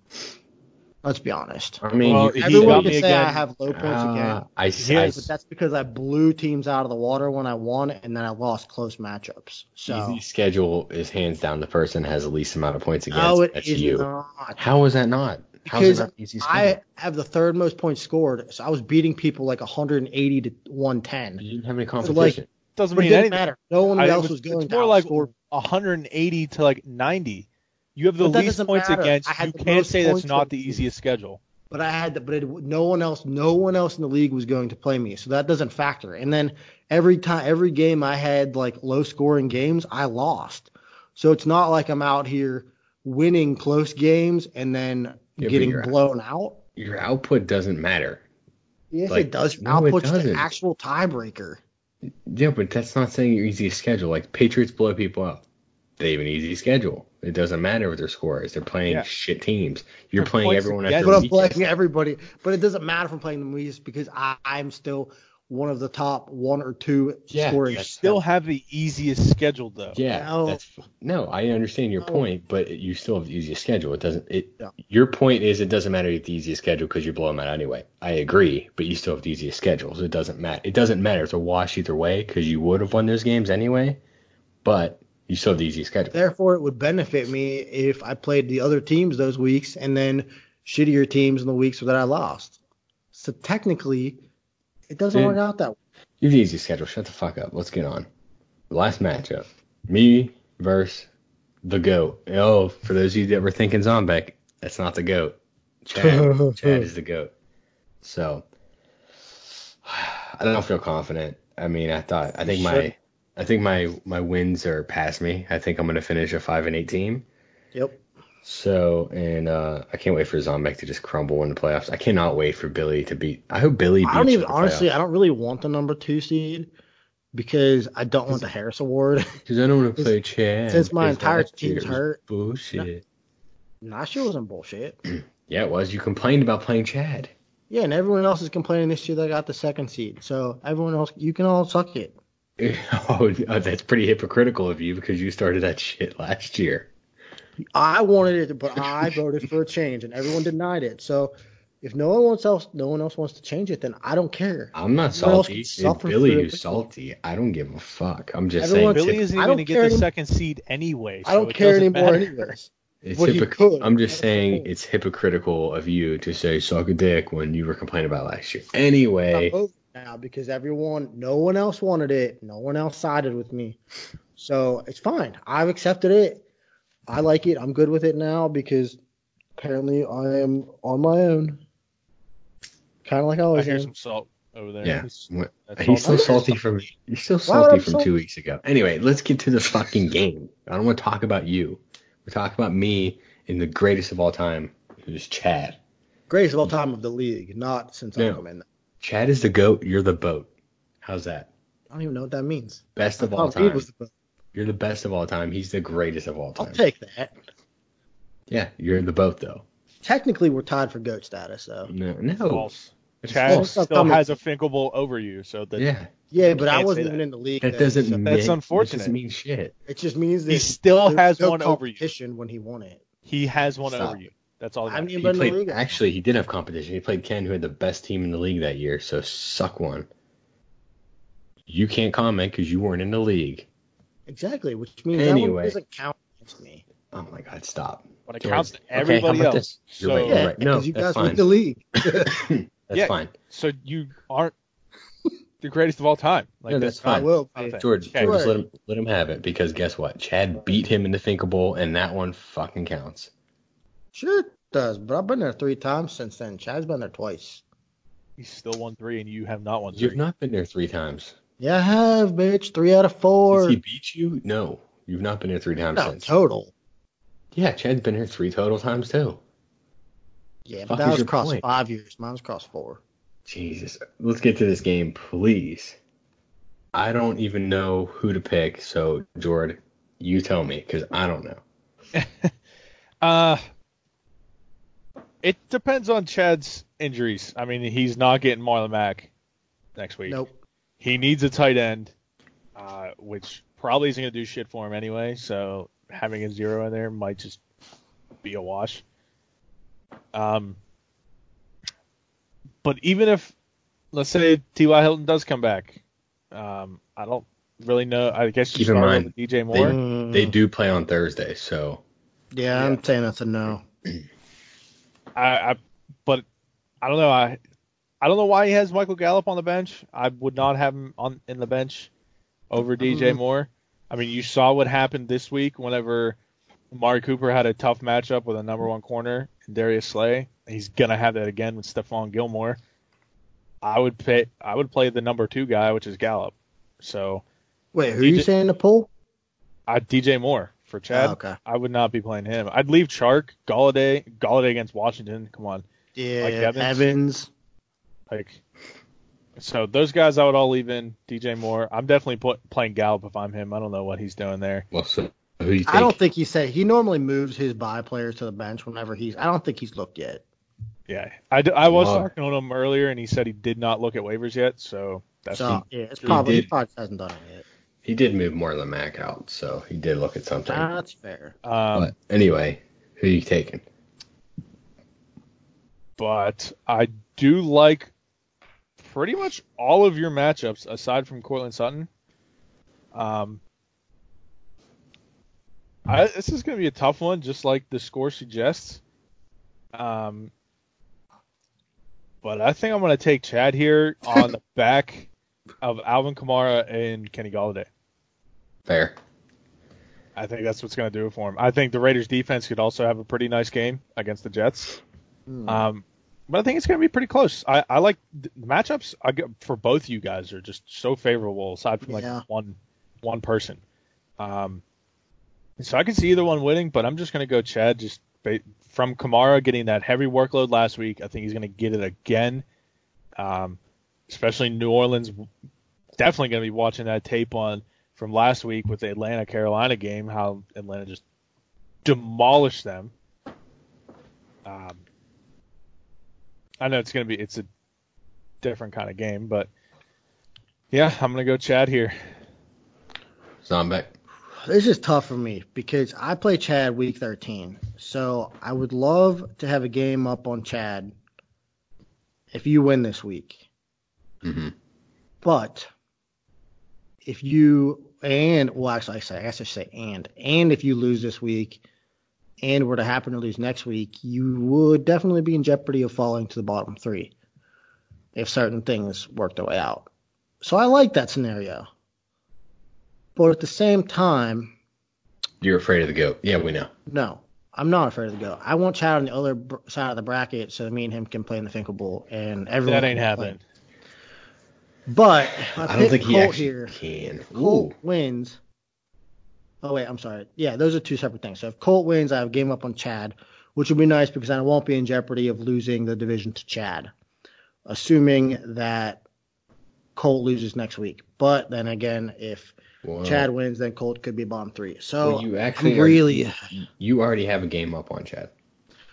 Speaker 3: let's be honest.
Speaker 2: I mean,
Speaker 4: Well,
Speaker 2: you
Speaker 4: he got
Speaker 3: Everyone
Speaker 4: me
Speaker 3: can say
Speaker 4: again.
Speaker 3: I have low points again.
Speaker 2: Uh, I,
Speaker 4: Yes.
Speaker 3: but
Speaker 2: I
Speaker 3: that's because I blew teams out of the water when I won, and then I lost close matchups. So,
Speaker 2: easy schedule is hands down the person has the least amount of points against.
Speaker 3: no, Oh, it
Speaker 2: that's
Speaker 3: is
Speaker 2: you.
Speaker 3: not.
Speaker 2: How is that not? How is
Speaker 3: Because
Speaker 2: it not easy schedule?
Speaker 3: I have the third most points scored, so I was beating people like 180 to 110.
Speaker 2: you didn't have any
Speaker 3: like,
Speaker 2: competition.
Speaker 4: doesn't
Speaker 3: But it
Speaker 4: mean
Speaker 3: didn't
Speaker 4: anything.
Speaker 3: matter. No one
Speaker 4: I-
Speaker 3: else
Speaker 4: it
Speaker 3: was, going
Speaker 4: it's
Speaker 3: to
Speaker 4: more like
Speaker 3: outscore.
Speaker 4: 180 to like 90. You have the
Speaker 3: But that
Speaker 4: least
Speaker 3: doesn't
Speaker 4: points
Speaker 3: matter.
Speaker 4: against.
Speaker 3: I had
Speaker 4: You
Speaker 3: the
Speaker 4: can't
Speaker 3: most
Speaker 4: say that's
Speaker 3: points
Speaker 4: not
Speaker 3: for-
Speaker 4: the easiest schedule.
Speaker 3: but I had to, but it, no one else, no one else in the league was going to play me, so that doesn't factor. And then every time, every game I had like low scoring games, I lost. So it's not like I'm out here winning close games and then
Speaker 2: Yeah, but
Speaker 3: getting
Speaker 2: you're out.
Speaker 3: blown out.
Speaker 2: Your output doesn't matter.
Speaker 3: Yes,
Speaker 2: Like,
Speaker 3: it does.
Speaker 2: no, it
Speaker 3: Output's the
Speaker 2: doesn't.
Speaker 3: actual tiebreaker.
Speaker 2: Yeah, but that's not saying your easiest schedule. Like Patriots blow people up. They have an easy schedule. It doesn't matter what their score is. They're playing
Speaker 5: Yeah.
Speaker 2: shit teams. You're
Speaker 5: Their
Speaker 2: playing
Speaker 5: points
Speaker 2: everyone
Speaker 5: together.
Speaker 2: at
Speaker 5: But
Speaker 2: their
Speaker 3: But I'm
Speaker 2: weakest.
Speaker 3: playing everybody. But it doesn't matter if I'm playing the weakest because I, I'm still one of the top one or two
Speaker 2: Yeah,
Speaker 3: scoring.
Speaker 2: you
Speaker 5: Still have the easiest schedule though.
Speaker 2: Yeah,
Speaker 3: No.
Speaker 2: that's no. I understand your
Speaker 3: No.
Speaker 2: point, but you still have the easiest schedule. It doesn't. It
Speaker 3: Yeah.
Speaker 2: your point is it doesn't matter if you have the easiest schedule because you blow them out anyway. I agree, but you still have the easiest schedule, so it doesn't matter. It doesn't matter. It's a wash either way because you would have won those games anyway, but you still have the easiest schedule.
Speaker 3: Therefore, it would benefit me if I played the other teams those weeks and then shittier teams in the weeks that I lost. So technically, it doesn't
Speaker 2: Dude.
Speaker 3: work out that way.
Speaker 2: You have the easy schedule. Shut the fuck up. Let's get on. Last matchup. Me versus the GOAT. Oh, for those of you that were thinking Zombek, that's not the GOAT. Chad, Chad is the GOAT. So I don't feel confident. I mean, I thought I think my I think my my wins are past me. I think I'm gonna finish a five and eight team.
Speaker 3: Yep.
Speaker 2: So and uh, I can't wait for Zombek to just crumble in the playoffs. I cannot wait for Billy to beat. I hope Billy. Beats
Speaker 3: I don't
Speaker 2: him in
Speaker 3: even
Speaker 2: the
Speaker 3: honestly.
Speaker 2: playoffs.
Speaker 3: I don't really want the number two seed because I don't want the Harris Award.
Speaker 2: Because I don't want to
Speaker 3: Since-
Speaker 2: play Chad.
Speaker 3: since my
Speaker 2: 'cause
Speaker 3: entire
Speaker 2: last year
Speaker 3: team's
Speaker 2: it was
Speaker 3: hurt.
Speaker 2: Bullshit.
Speaker 3: Nah, she wasn't bullshit.
Speaker 2: Yeah, it was. You complained about playing Chad.
Speaker 3: Yeah, and everyone else is complaining this year they got the second seed. So everyone else, you can all suck it.
Speaker 2: oh, no, that's pretty hypocritical of you because you started that shit last year.
Speaker 3: I wanted it, but I voted for a change, and everyone denied it. So if no one wants else, no one else wants to change it, then I don't care.
Speaker 2: I'm not
Speaker 3: Everyone else
Speaker 2: salty.
Speaker 3: can
Speaker 2: It's
Speaker 3: suffer
Speaker 2: Billy
Speaker 3: through it.
Speaker 2: who's salty. I don't give a fuck. I'm just
Speaker 3: Everyone-
Speaker 2: saying.
Speaker 4: Billy
Speaker 2: typ-
Speaker 4: isn't
Speaker 3: I
Speaker 4: even
Speaker 3: don't
Speaker 4: going to
Speaker 3: care
Speaker 4: get the
Speaker 3: any-
Speaker 4: second seed anyway.
Speaker 3: I don't
Speaker 4: so it
Speaker 3: care
Speaker 4: doesn't
Speaker 3: anymore,
Speaker 4: matter.
Speaker 3: anyways.
Speaker 2: it's
Speaker 3: well, he
Speaker 2: hypoc-
Speaker 3: could.
Speaker 2: I'm just
Speaker 3: That's the
Speaker 2: saying
Speaker 3: point.
Speaker 2: it's hypocritical of you to say suck a dick when you were complaining about last year. Anyway,
Speaker 3: I'm over now because everyone, no one else wanted it, no one else sided with me. So it's fine. I've accepted it. I like it. I'm good with it now because apparently I am on my own. Kind of like I
Speaker 4: I
Speaker 3: always
Speaker 4: hear
Speaker 3: am.
Speaker 4: some salt over there.
Speaker 2: yeah.
Speaker 4: That's
Speaker 2: What-
Speaker 4: all
Speaker 2: He's still
Speaker 4: that-
Speaker 2: salty from you're still
Speaker 3: Why would
Speaker 2: salty
Speaker 3: I
Speaker 2: from
Speaker 3: be
Speaker 2: two weeks ago. Anyway, let's get to the fucking game. I don't want to talk about you. We're talking about me and the greatest of all time, who's Chad.
Speaker 3: Greatest of all time of the league, not since
Speaker 2: No.
Speaker 3: I'm in.
Speaker 2: Chad is the goat. You're the boat. How's that?
Speaker 3: I don't even know what that means.
Speaker 2: Best of
Speaker 3: I
Speaker 2: all
Speaker 3: thought Reed
Speaker 2: time.
Speaker 3: was the- Oh,
Speaker 2: You're the best of all time. He's the greatest of all
Speaker 3: I'll
Speaker 2: time.
Speaker 3: take that.
Speaker 2: Yeah, you're the boat though.
Speaker 3: Technically, we're tied for goat status, though.
Speaker 2: No,
Speaker 3: Oh,
Speaker 2: no.
Speaker 4: False.
Speaker 2: It's
Speaker 4: Chad
Speaker 3: false.
Speaker 4: still
Speaker 3: Stop
Speaker 4: has a finkable over you, so that
Speaker 2: Yeah,
Speaker 3: Yeah, but I
Speaker 4: can't
Speaker 3: wasn't
Speaker 4: say
Speaker 3: even
Speaker 4: that.
Speaker 3: in the league.
Speaker 2: that
Speaker 3: then,
Speaker 2: doesn't
Speaker 3: so
Speaker 2: mean
Speaker 4: That's
Speaker 2: That
Speaker 4: unfortunate.
Speaker 2: doesn't mean shit.
Speaker 3: It just means that
Speaker 4: he still
Speaker 3: there's
Speaker 4: has
Speaker 3: no
Speaker 4: one over you.
Speaker 3: competition when he won it.
Speaker 4: He has one
Speaker 2: Stop.
Speaker 4: over you. That's all.
Speaker 3: I
Speaker 4: that
Speaker 3: haven't
Speaker 4: matters.
Speaker 3: even
Speaker 2: He
Speaker 3: been in the
Speaker 2: played,
Speaker 3: league.
Speaker 2: actually, he did have competition. He played Ken, who had the best team in the league that year. So suck one. You can't comment because you weren't in the league.
Speaker 3: Exactly, which means that
Speaker 2: Anyway.
Speaker 3: one doesn't count against me.
Speaker 2: Oh my God, stop.
Speaker 4: When it
Speaker 2: George,
Speaker 4: counts to
Speaker 2: okay, how
Speaker 4: everybody
Speaker 2: about
Speaker 4: else.
Speaker 2: this? You're
Speaker 4: so,
Speaker 2: right, you're
Speaker 3: Yeah,
Speaker 2: right. No,
Speaker 3: you
Speaker 2: that's
Speaker 3: guys
Speaker 2: fine.
Speaker 3: win the league.
Speaker 2: That's
Speaker 4: Yeah.
Speaker 2: fine.
Speaker 4: so you aren't the greatest of all time. Like
Speaker 2: No,
Speaker 4: that's,
Speaker 2: that's
Speaker 3: I
Speaker 2: fine.
Speaker 3: will.
Speaker 4: Not a
Speaker 3: be.
Speaker 4: thing.
Speaker 2: George,
Speaker 4: Okay.
Speaker 2: George, just let him let him have it because guess what? Chad beat him in the thinkable, and that one fucking counts.
Speaker 3: Sure it does, but I've been there three times since then. Chad's been there twice.
Speaker 4: he's still won three, and you have not won
Speaker 2: You've
Speaker 4: three.
Speaker 2: not been there three times.
Speaker 3: Yeah, I have, bitch. Three out of four.
Speaker 2: Did he beat you? No, you've not been there three times
Speaker 3: No,
Speaker 2: since.
Speaker 3: total.
Speaker 2: yeah, Chad's been here three total times too.
Speaker 3: Yeah, but
Speaker 2: Fuck
Speaker 3: that
Speaker 2: is
Speaker 3: was
Speaker 2: your
Speaker 3: across
Speaker 2: point?
Speaker 3: five years. Mine was across four.
Speaker 2: Jesus. Let's get to this game, please. I don't even know who to pick, so Jordan, you tell me, because I don't know.
Speaker 4: Uh, it depends on Chad's injuries. I mean, he's not getting Marlon Mack next week.
Speaker 3: Nope.
Speaker 4: He needs a tight end, uh, which probably isn't going to do shit for him anyway. So having a zero in there might just be a wash. Um, but even if, let's say T.Y. Hilton does come back, um, I don't really know. I guess you
Speaker 2: Keep in
Speaker 4: start
Speaker 2: mind,
Speaker 4: with DJ Moore.
Speaker 2: They, they do play on Thursday, so
Speaker 3: Yeah, I'm saying that's a no.
Speaker 4: I, I but I don't know. I I don't know why he has Michael Gallup on the bench. I would not have him on in the bench
Speaker 3: Mm-hmm.
Speaker 4: over DJ Moore. I mean, you saw what happened this week whenever Amari Cooper had a tough matchup with a number one corner and Darius Slay, He's gonna have that again with Stephon Gilmore. I would pay. I would play the number two guy, which is Gallup. So
Speaker 3: Wait, who are you
Speaker 4: DJ
Speaker 3: saying to pull?
Speaker 4: I DJ Moore for Chad.
Speaker 3: Oh, okay.
Speaker 4: I would not be playing him. I'd leave Chark, Galladay, Galladay against Washington. Come on,
Speaker 3: Yeah,
Speaker 4: Mike Evans?
Speaker 3: Evans.
Speaker 4: like. So those guys I would all leave in. DJ Moore. I'm definitely pl- playing Gallup if I'm him. I don't know what he's doing there.
Speaker 2: Well, so who do you think?
Speaker 3: I don't think he said he normally moves his bye players to the bench whenever he's. I don't think he's looked yet.
Speaker 4: Yeah, I, d- I was
Speaker 2: Wow.
Speaker 4: talking on him earlier, and he said he did not look at waivers yet. So that's
Speaker 3: so yeah, it's
Speaker 2: he
Speaker 3: probably he,
Speaker 2: did.
Speaker 3: probably hasn't done it yet.
Speaker 2: he did move more Mac out, so he did look at something.
Speaker 3: That's fair.
Speaker 4: um,
Speaker 2: but anyway, who you taking?
Speaker 4: but I do like pretty much all of your matchups aside from Cortland Sutton. Um, I, this is going to be a tough one, just like the score suggests. Um, but I think I'm going to take Chad here on the back of Alvin Kamara and Kenny Galladay.
Speaker 2: Fair.
Speaker 4: I think that's what's going to do it for him. I think the Raiders defense could also have a pretty nice game against the Jets. Um, but I think it's going to be pretty close. I, I like the matchups I get for both you guys are just so favorable aside from like
Speaker 3: Yeah.
Speaker 4: one one person. Um, so I can see either one winning, but I'm just going to go Chad just ba- from Kamara getting that heavy workload last week. I think he's going to get it again. Um, especially New Orleans definitely going to be watching that tape on from last week with the Atlanta Carolina game, how Atlanta just demolished them. Um, I know it's going to be it's a different kind of game, but yeah, I'm going to go Chad here.
Speaker 2: Zombek.
Speaker 3: This is tough for me because I play Chad week 13. So I would love to have a game up on Chad if you win this week.
Speaker 2: hmm
Speaker 3: But if you and well actually I say I guess I should say and and if you lose this week and were to happen to lose next week, you would definitely be in jeopardy of falling to the bottom three if certain things work their way out. So I like that scenario. But at the same time,
Speaker 2: You're afraid of the goat. Yeah, we know.
Speaker 3: no, I'm not afraid of the goat. I want Chad on the other br- side of the bracket so that me and him can play in the Finkel Bowl and everyone.
Speaker 4: That ain't
Speaker 3: can play.
Speaker 4: happening.
Speaker 3: But I,
Speaker 2: I don't think he
Speaker 3: Colt
Speaker 2: actually
Speaker 3: here.
Speaker 2: can.
Speaker 3: Colt
Speaker 2: Ooh.
Speaker 3: wins. Oh wait, I'm sorry. Yeah, those are two separate things. So if Colt wins, I have game up on Chad, which would be nice because I won't be in jeopardy of losing the division to Chad, assuming that Colt loses next week. But then again, if
Speaker 2: Well,
Speaker 3: Chad wins, then Colt could be bottom three. So
Speaker 2: Well, you actually
Speaker 3: I'm
Speaker 2: are-
Speaker 3: really.
Speaker 2: You already have a game up on Chad.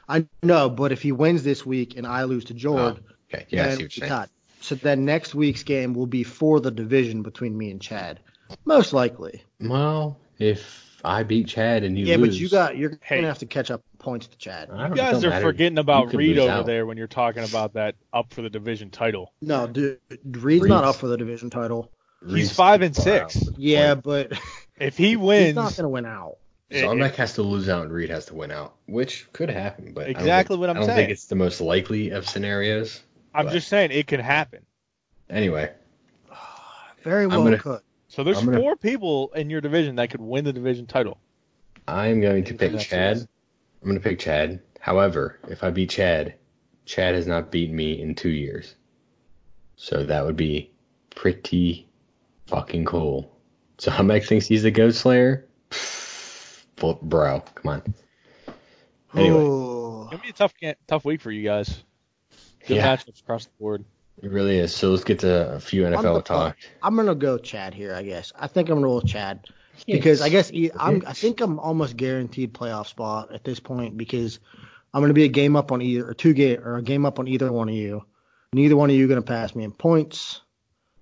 Speaker 3: I know, but if he wins this week and I lose to George,
Speaker 2: Okay. Oh, Yeah, I see
Speaker 3: then
Speaker 2: what
Speaker 3: we
Speaker 2: you're saying.
Speaker 3: cut. So then next week's game will be for the division between me and Chad, most likely.
Speaker 2: Well, if I beat Chad and you
Speaker 3: yeah,
Speaker 2: lose,
Speaker 3: but you got you're
Speaker 4: Hey.
Speaker 3: gonna have to catch up points to Chad.
Speaker 2: I don't,
Speaker 4: You
Speaker 2: it
Speaker 4: guys
Speaker 2: don't
Speaker 4: are
Speaker 2: matter.
Speaker 4: forgetting about
Speaker 2: You could
Speaker 4: Reed
Speaker 2: lose
Speaker 4: over
Speaker 2: out.
Speaker 4: there when you're talking about that up for the division title.
Speaker 3: No, dude, Reed's not
Speaker 2: Reed's-
Speaker 3: up for the division title.
Speaker 2: Reed's
Speaker 4: five
Speaker 2: too
Speaker 4: and
Speaker 2: far
Speaker 4: six.
Speaker 2: out with the
Speaker 3: Yeah,
Speaker 2: point.
Speaker 3: but
Speaker 4: If he
Speaker 3: he's not
Speaker 4: wins,
Speaker 3: gonna win out.
Speaker 4: it-
Speaker 2: Zombek has to lose out and Reed has to win out, which could happen. But I don't
Speaker 4: Exactly
Speaker 2: think-
Speaker 4: what I'm
Speaker 2: I don't
Speaker 4: saying.
Speaker 2: think it's the most likely of scenarios.
Speaker 4: I'm just saying it could happen.
Speaker 2: Anyway,
Speaker 3: Very well
Speaker 2: gonna-
Speaker 3: could.
Speaker 4: So there's
Speaker 2: I'm gonna-
Speaker 4: four people in your division that could win the division title.
Speaker 2: I'm going to
Speaker 4: Anything
Speaker 2: pick
Speaker 4: else?
Speaker 2: Chad. I'm going to pick Chad. However, if I beat Chad, Chad has not beaten me in two years. So that would be pretty fucking cool. So Humek thinks he's the Ghost Slayer? Pfft, bu- Bro, come on. Anyway.
Speaker 3: Ooh.
Speaker 4: It's gonna be a tough ga- tough week for you guys. Good
Speaker 2: Yeah.
Speaker 4: matchups across the board.
Speaker 2: It really is. So let's get to a few
Speaker 3: On the
Speaker 2: NFL talk.
Speaker 3: I'm gonna go Chad here, I guess. I think I'm gonna roll with Chad because I guess e- I'm. I think I'm almost guaranteed playoff spot at this point because I'm gonna be a game up on either or two game or a game up on either one of you. Neither one of you gonna pass me in points,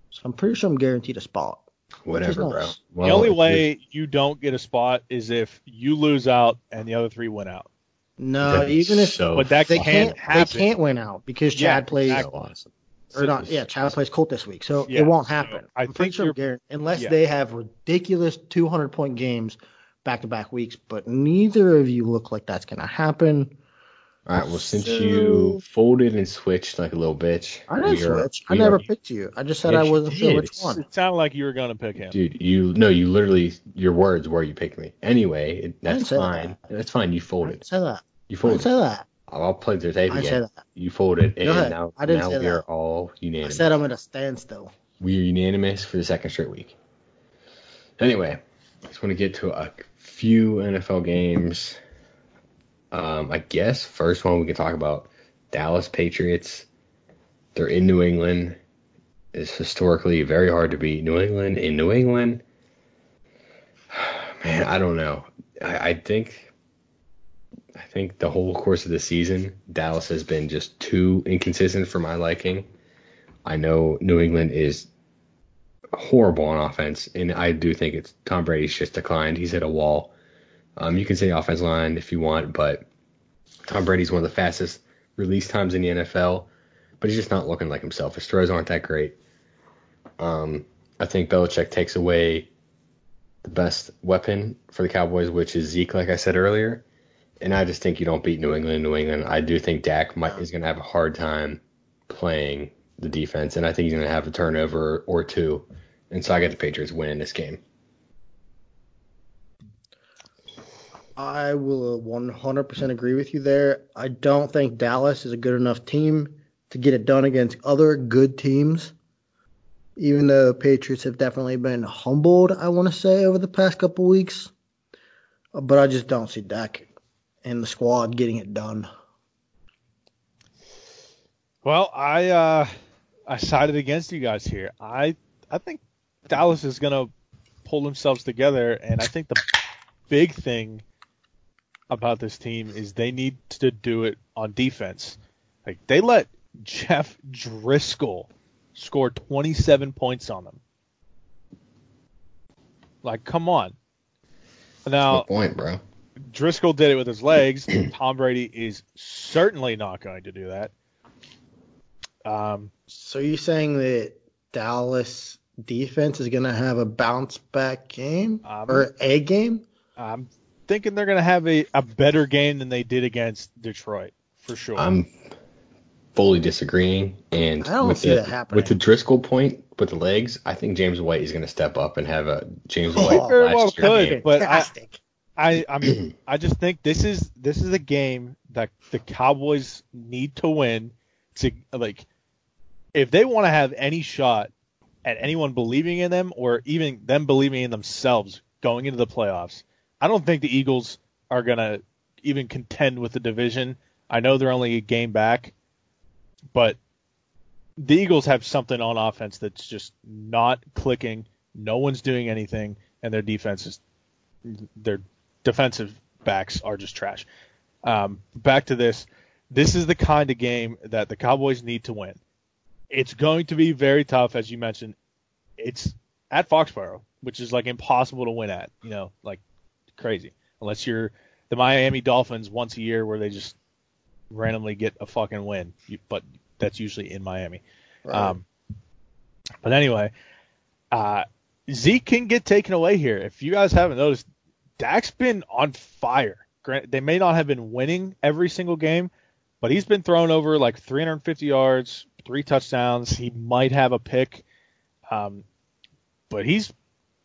Speaker 3: so I'm pretty sure I'm guaranteed a spot.
Speaker 2: Whatever,
Speaker 3: nice.
Speaker 2: bro.
Speaker 3: The
Speaker 2: Well,
Speaker 4: the only
Speaker 2: if we-
Speaker 4: way you don't get a spot is if you lose out and the other three win out.
Speaker 3: No,
Speaker 2: that'd be
Speaker 3: uh, even if
Speaker 2: so
Speaker 4: but that
Speaker 3: they
Speaker 4: can't
Speaker 3: can't,
Speaker 4: happen.
Speaker 3: they can't win out because
Speaker 4: Yeah,
Speaker 3: Chad plays
Speaker 4: exactly.
Speaker 2: awesome.
Speaker 3: or not. Yeah, Chad plays Colt this week, so
Speaker 4: Yeah,
Speaker 3: it won't
Speaker 4: so
Speaker 3: happen.
Speaker 4: I
Speaker 3: I'm pretty
Speaker 4: think
Speaker 3: sure
Speaker 4: you're-
Speaker 3: I'm guaranteed, unless
Speaker 4: yeah.
Speaker 3: they have ridiculous 200 point games back to back weeks. But neither of you look like that's gonna happen.
Speaker 2: All right. Well, since
Speaker 3: So-
Speaker 2: you folded and switched like a little bitch,
Speaker 3: I didn't
Speaker 2: we are-
Speaker 3: switch. I
Speaker 2: we
Speaker 3: never
Speaker 2: are-
Speaker 3: picked you. I just said
Speaker 2: Yes,
Speaker 3: I
Speaker 2: you
Speaker 3: wasn't sure
Speaker 2: did.
Speaker 3: which
Speaker 2: It's-
Speaker 3: one.
Speaker 4: It sounded like you were gonna pick him.
Speaker 2: Dude, you no, you literally your words were you picked me. Anyway, it,
Speaker 3: I didn't
Speaker 2: that's
Speaker 3: say
Speaker 2: fine. That's fine. You
Speaker 3: I
Speaker 2: folded.
Speaker 3: didn't say that.
Speaker 2: You
Speaker 3: I didn't
Speaker 2: folded.
Speaker 3: say that.
Speaker 2: I'll play the tape
Speaker 3: I
Speaker 2: again.
Speaker 3: said that.
Speaker 2: You folded, and
Speaker 3: Go ahead.
Speaker 2: now,
Speaker 3: I didn't
Speaker 2: now
Speaker 3: say
Speaker 2: we are
Speaker 3: that.
Speaker 2: all
Speaker 3: I
Speaker 2: unanimous.
Speaker 3: said I'm at a standstill.
Speaker 2: we are unanimous for the second straight week. Anyway, I just want to get to a few NFL games. Um, I guess first one we can talk about Dallas Patriots. They're in New England. It's historically very hard to beat New England in New England. Man, I don't know. I, I think I think the whole course of the season, Dallas has been just too inconsistent for my liking. I know New England is horrible on offense, and I do think it's Tom Brady's just declined. He's hit a wall. Um, you can say offense line if you want, but Tom Brady's one of the fastest release times in the NFL, but he's just not looking like himself. His throws aren't that great. Um, I think Belichick takes away the best weapon for the Cowboys, which is Zeke, like I said earlier. And I just think you don't beat New England. New England. I do think Dak might, is going to have a hard time playing the defense, and I think he's going to have a turnover or two. And so I got the Patriots winning this game.
Speaker 3: I will 100% agree with you there. I don't think Dallas is a good enough team to get it done against other good teams. Even though Patriots have definitely been humbled, I want to say over the past couple weeks, but I just don't see Dak and the squad getting it done.
Speaker 4: Well, I uh, I sided against you guys here. I I think Dallas is gonna pull themselves together, and I think the big thing about this team is they need to do it on defense. Like they let Jeff Driscoll score 27 points on them. Like, come on. Now,
Speaker 3: Oh.
Speaker 2: Good point, bro.
Speaker 4: Driscoll did it with his legs. Tom Brady is certainly not going to do that. Um,
Speaker 3: So you're saying that Dallas defense is going to have a bounce back game
Speaker 4: Um,
Speaker 3: or a game?
Speaker 4: I'm thinking they're going to have a, a better game than they did against Detroit for sure.
Speaker 2: I'm fully disagreeing, and
Speaker 3: I don't
Speaker 2: with
Speaker 3: see
Speaker 2: the,
Speaker 3: that happening.
Speaker 2: With the Driscoll point, with the legs, I think James White is going to step up and have a James
Speaker 3: Oh,
Speaker 2: White
Speaker 4: very
Speaker 2: last
Speaker 4: well
Speaker 2: year
Speaker 4: could.
Speaker 2: game.
Speaker 4: but I-
Speaker 3: Fantastic.
Speaker 4: I I mean I just think this is this is a game that the Cowboys need to win to like if they want to have any shot at anyone believing in them or even them believing in themselves going into the playoffs. I don't think the Eagles are going to even contend with the division. I know they're only a game back, but the Eagles have something on offense that's just not clicking. No one's doing anything, and their defense is their defensive backs are just trash. Um, back to this. This is the kind of game that the Cowboys need to win. It's going to be very tough, as you mentioned. It's at Foxborough, which is like impossible to win at, you know, like crazy. Unless you're the Miami Dolphins once a year where they just randomly get a fucking win, You- but that's usually in Miami. Um, but anyway, uh, Zeke can get taken away here. If you guys haven't noticed, Dak's been on fire. Grant, they may not have been winning every single game, but he's been thrown over like 350 yards, three touchdowns. He might have a pick, um, but he's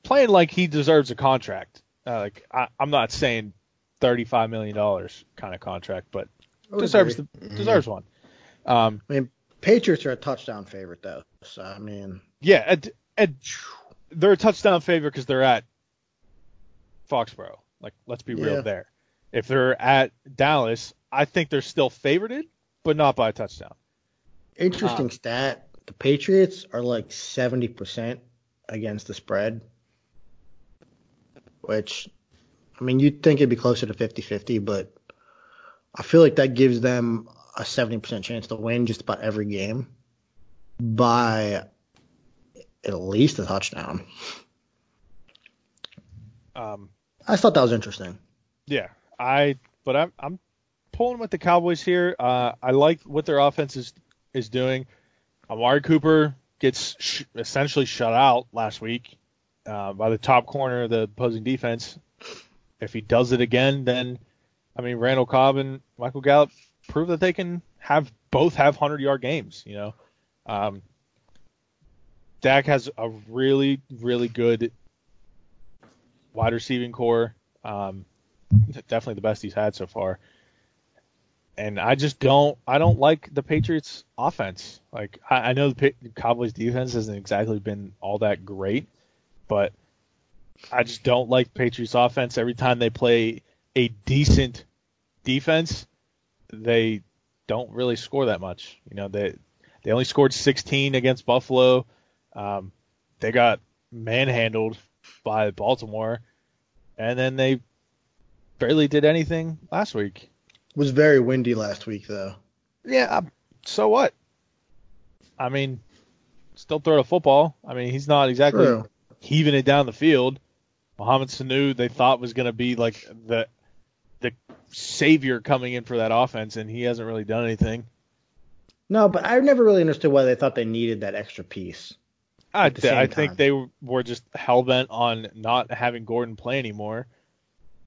Speaker 4: playing like he deserves a contract. Uh, like I, I'm not saying 35 million dollars kind of contract, but
Speaker 3: I would
Speaker 4: deserves
Speaker 3: agree. Mm-hmm.
Speaker 4: the, deserves one. Um,
Speaker 3: I mean, Patriots are a touchdown favorite though. So I mean,
Speaker 4: Yeah, and, and they're a touchdown favorite because they're at Foxborough. Like, let's be
Speaker 3: Yeah.
Speaker 4: real there. If they're at Dallas, I think they're still favorited, but not by a touchdown.
Speaker 3: interesting stat: the Patriots are like 70% against the spread, which, I mean, you'd think it'd be closer to 50-50, but I feel like that gives them a 70% chance to win just about every game by at least a touchdown.
Speaker 4: Um,
Speaker 3: I just thought that was interesting.
Speaker 4: yeah, I but I'm I'm pulling with the Cowboys here. Uh, I like what their offense is is doing. Amari Cooper gets sh- essentially shut out last week uh, by the top corner of the opposing defense. If he does it again, then I mean Randall Cobb and Michael Gallup prove that they can have both have hundred yard games. You know, um, Dak has a really really good wide receiving core. Um, definitely the best he's had so far. and I just don't I don't like the Patriots offense. Like I, I know the Pa- Cowboys defense hasn't exactly been all that great, but I just don't like Patriots offense. Every time they play a decent defense, they don't really score that much. You know they they only scored 16 against Buffalo. Um, they got manhandled by Baltimore, and then they barely did anything last week.
Speaker 3: was very windy last week though.
Speaker 4: Yeah,
Speaker 3: um,
Speaker 4: I- so what? I mean, still throw the football. I mean, he's not exactly
Speaker 3: True.
Speaker 4: heaving it down the field. Mohamed Sanu, they thought was going to be like the the savior coming in for that offense, and he hasn't really done anything.
Speaker 3: No, but I never really understood why they thought they needed that extra piece.
Speaker 4: I,
Speaker 3: At the same
Speaker 4: I
Speaker 3: time.
Speaker 4: think they were just hell bent on not having Gordon play anymore.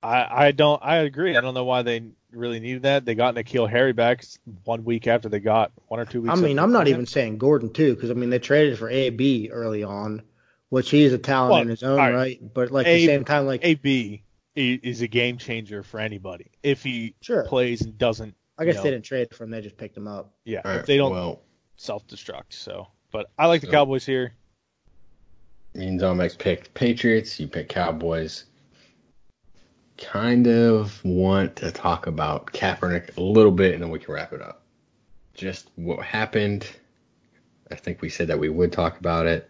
Speaker 4: I, I don't. I agree. I don't know why they really needed that. They got Nikhil Harry back one week after they got one or two weeks.
Speaker 3: I mean,
Speaker 4: after
Speaker 3: I'm
Speaker 4: they
Speaker 3: not
Speaker 4: got him.
Speaker 3: even saying Gordon too, because I mean they traded for AB early on, which he is a talent
Speaker 4: Well,
Speaker 3: in his own
Speaker 4: all right.
Speaker 3: right. But like at
Speaker 4: A-
Speaker 3: the same time, like
Speaker 4: AB i- is a game changer for anybody if he
Speaker 3: Sure.
Speaker 4: plays and doesn't.
Speaker 3: I guess
Speaker 4: you know,
Speaker 3: they didn't trade for him; they just picked him up.
Speaker 4: Yeah,
Speaker 2: All
Speaker 4: if
Speaker 2: right,
Speaker 4: they don't
Speaker 2: Well,
Speaker 4: self-destruct. So, but I like the
Speaker 2: So-
Speaker 4: Cowboys here.
Speaker 2: means Omek picked Patriots. You picked Cowboys. Kind of want to talk about Kaepernick a little bit, and then we can wrap it up. Just what happened. I think we said that we would talk about it.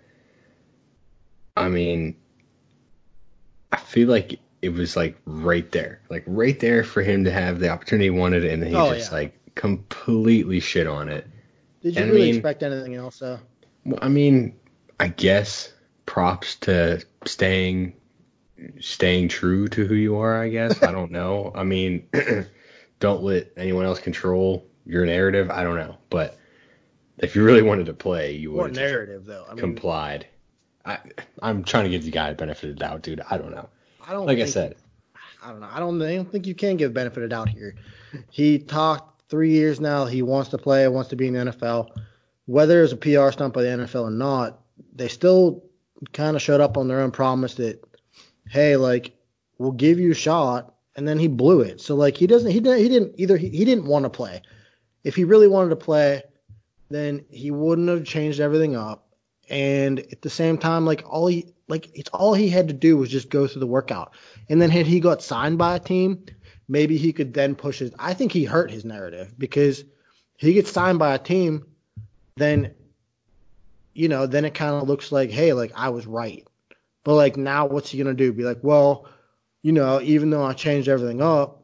Speaker 2: I mean, I feel like it was like right there, like right there for him to have the opportunity he wanted, and then he
Speaker 3: Oh,
Speaker 2: just
Speaker 3: yeah.
Speaker 2: like completely shit on it.
Speaker 3: Did you
Speaker 2: And I
Speaker 3: really
Speaker 2: mean-
Speaker 3: expect anything else though?
Speaker 2: Well, I mean, I guess props to staying staying true to who you are, I guess. I don't know. I mean, don't let anyone else control your narrative. I don't know. But if you really wanted to play, you
Speaker 3: What
Speaker 2: would have
Speaker 3: narrative though? I mean,
Speaker 2: complied. I, I'm trying to give the guy the benefit of the doubt, dude. I don't know.
Speaker 3: I don't.
Speaker 2: Like I
Speaker 3: think-
Speaker 2: said,
Speaker 3: I don't know. I don't. I don't think you can give benefit of doubt here. He talked three years now. He wants to play. Wants to be in the NFL. Whether it's a PR stunt by the NFL or not, they still kind of showed up on their own promise that, hey, like we'll give you a shot, and then he blew it. So like he doesn't. He didn't. He didn't either. He, he didn't want to play. If he really wanted to play, then he wouldn't have changed everything up. And at the same time, like all he like it's all he had to do was just go through the workout. And then had he got signed by a team, maybe he could then push his. I think he hurt his narrative because he gets signed by a team, then you know, then it kind of looks like, hey, like I was right. But like now, what's he gonna do? Be like, well, you know, even though I changed everything up,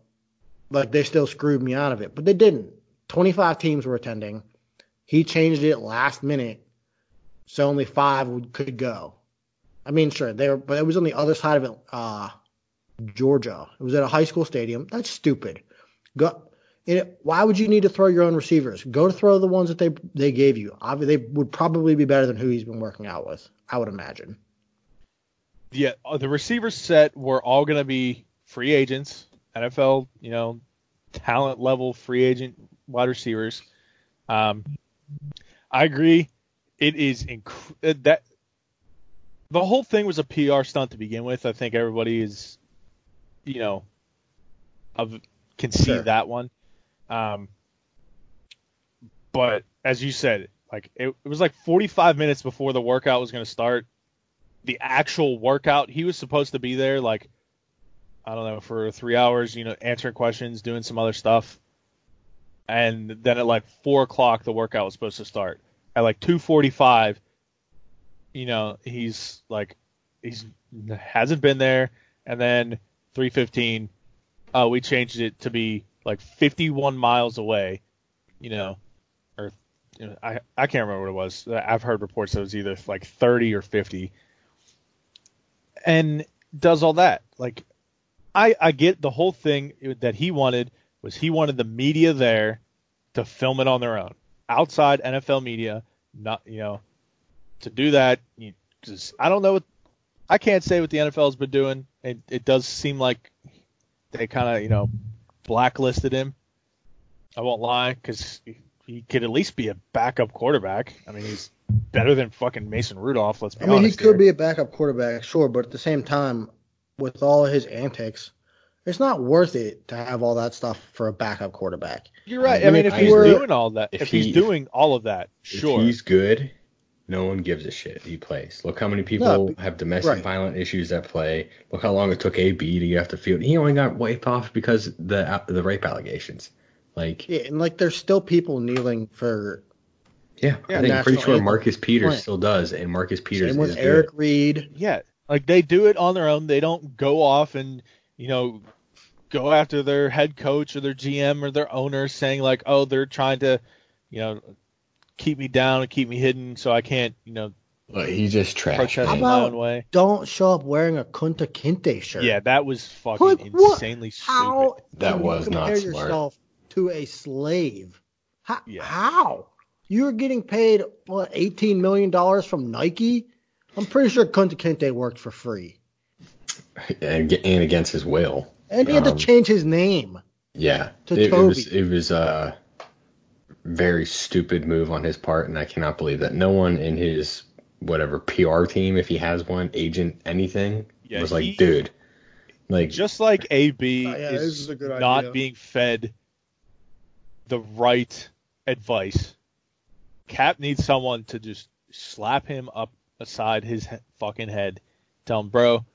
Speaker 3: like they still screwed me out of it. But they didn't. 25 teams were attending. He changed it last minute, so only five would, could go. I mean, sure, they were, but it was on the other side of it. Uh, Georgia. It was at a high school stadium. That's stupid. Go. It, why would you need to throw your own receivers? Go to throw the ones that they they gave you. Obviously, they would probably be better than who he's been working out with. I would imagine.
Speaker 4: Yeah, uh, the receiver set were all going to be free agents, NFL, you know, talent level free agent wide receivers. Um, I agree. It is inc- uh, that the whole thing was a PR stunt to begin with. I think everybody is, you know, of can see
Speaker 3: Sure.
Speaker 4: that one. Um, but as you said, like it, it was like 45 minutes before the workout was going to start. The actual workout, he was supposed to be there like I don't know for three hours, you know, answering questions, doing some other stuff, and then at like four o'clock the workout was supposed to start. At like 2:45, you know, he's like he's hasn't been there, and then 3:15, uh, we changed it to be like 51 miles away, you know, or you know, I I can't remember what it was. I've heard reports that it was either like 30 or 50, and does all that like I I get the whole thing that he wanted was he wanted the media there to film it on their own outside NFL media, not you know to do that. You just I don't know what I can't say what the NFL has been doing. It it does seem like they kind of you know blacklisted him. I won't lie because he could at least be a backup quarterback. I mean he's better than fucking Mason Rudolph. Let's be
Speaker 3: I mean, he
Speaker 4: honest
Speaker 3: could
Speaker 4: here.
Speaker 3: be a backup quarterback, sure, but at the same time, with all his antics, It's not worth it to have all that stuff for a backup quarterback.
Speaker 4: You're right. I mean, if
Speaker 2: I
Speaker 4: he's
Speaker 2: agree.
Speaker 4: doing all that, if,
Speaker 2: If
Speaker 4: he's
Speaker 2: he-
Speaker 4: doing all of that,
Speaker 2: If
Speaker 4: sure.
Speaker 2: he's good, no one gives a shit. He plays. Look how many people
Speaker 3: No, be-
Speaker 2: have domestic
Speaker 3: right.
Speaker 2: violent issues that play. Look how long it took AB to get off the field. He only got wiped off because the the rape allegations. Like, yeah,
Speaker 3: Yeah, and like there's still people kneeling for
Speaker 2: I think I'm pretty
Speaker 3: national
Speaker 2: sure
Speaker 3: anthem.
Speaker 2: Marcus Peters
Speaker 3: Right.
Speaker 2: still does, and Marcus Peters
Speaker 3: same
Speaker 2: is
Speaker 3: with Eric
Speaker 2: good.
Speaker 3: Reed.
Speaker 4: Yeah, like they do it on their own. They don't go off and you know go after their head coach or their GM or their owner, saying like, oh, they're trying to, you know, keep me down and keep me hidden, so I can't, you know,
Speaker 2: Like, he's just trash.
Speaker 4: protest
Speaker 3: How
Speaker 2: man.
Speaker 4: my
Speaker 3: about-
Speaker 4: own way.
Speaker 3: Don't show up wearing a Kunta Kinte shirt.
Speaker 4: Yeah, that was fucking
Speaker 3: What- what-
Speaker 4: insanely stupid.
Speaker 3: How
Speaker 2: That
Speaker 3: can
Speaker 2: was
Speaker 3: you
Speaker 2: not
Speaker 3: compare
Speaker 2: smart.
Speaker 3: yourself to a slave? How?
Speaker 4: Yeah.
Speaker 3: how? You're getting paid what 18 million dollars from Nike? I'm pretty sure Kunta Kinte worked for free,
Speaker 2: and, and against his will.
Speaker 3: and he had
Speaker 2: Um,
Speaker 3: to change his name.
Speaker 2: Yeah,
Speaker 3: To
Speaker 2: it, it
Speaker 3: Toby.
Speaker 2: was it was a very stupid move on his part, and I cannot believe that no one in his whatever PR team, if he has one, agent, anything,
Speaker 4: Yeah,
Speaker 2: was like,
Speaker 4: he-
Speaker 2: dude, like
Speaker 4: just like AB
Speaker 3: Oh, yeah,
Speaker 4: is,
Speaker 3: this is a good
Speaker 4: not
Speaker 3: idea.
Speaker 4: being fed the right advice, Cap needs someone to just slap him up aside his he- fucking head, tell him, bro,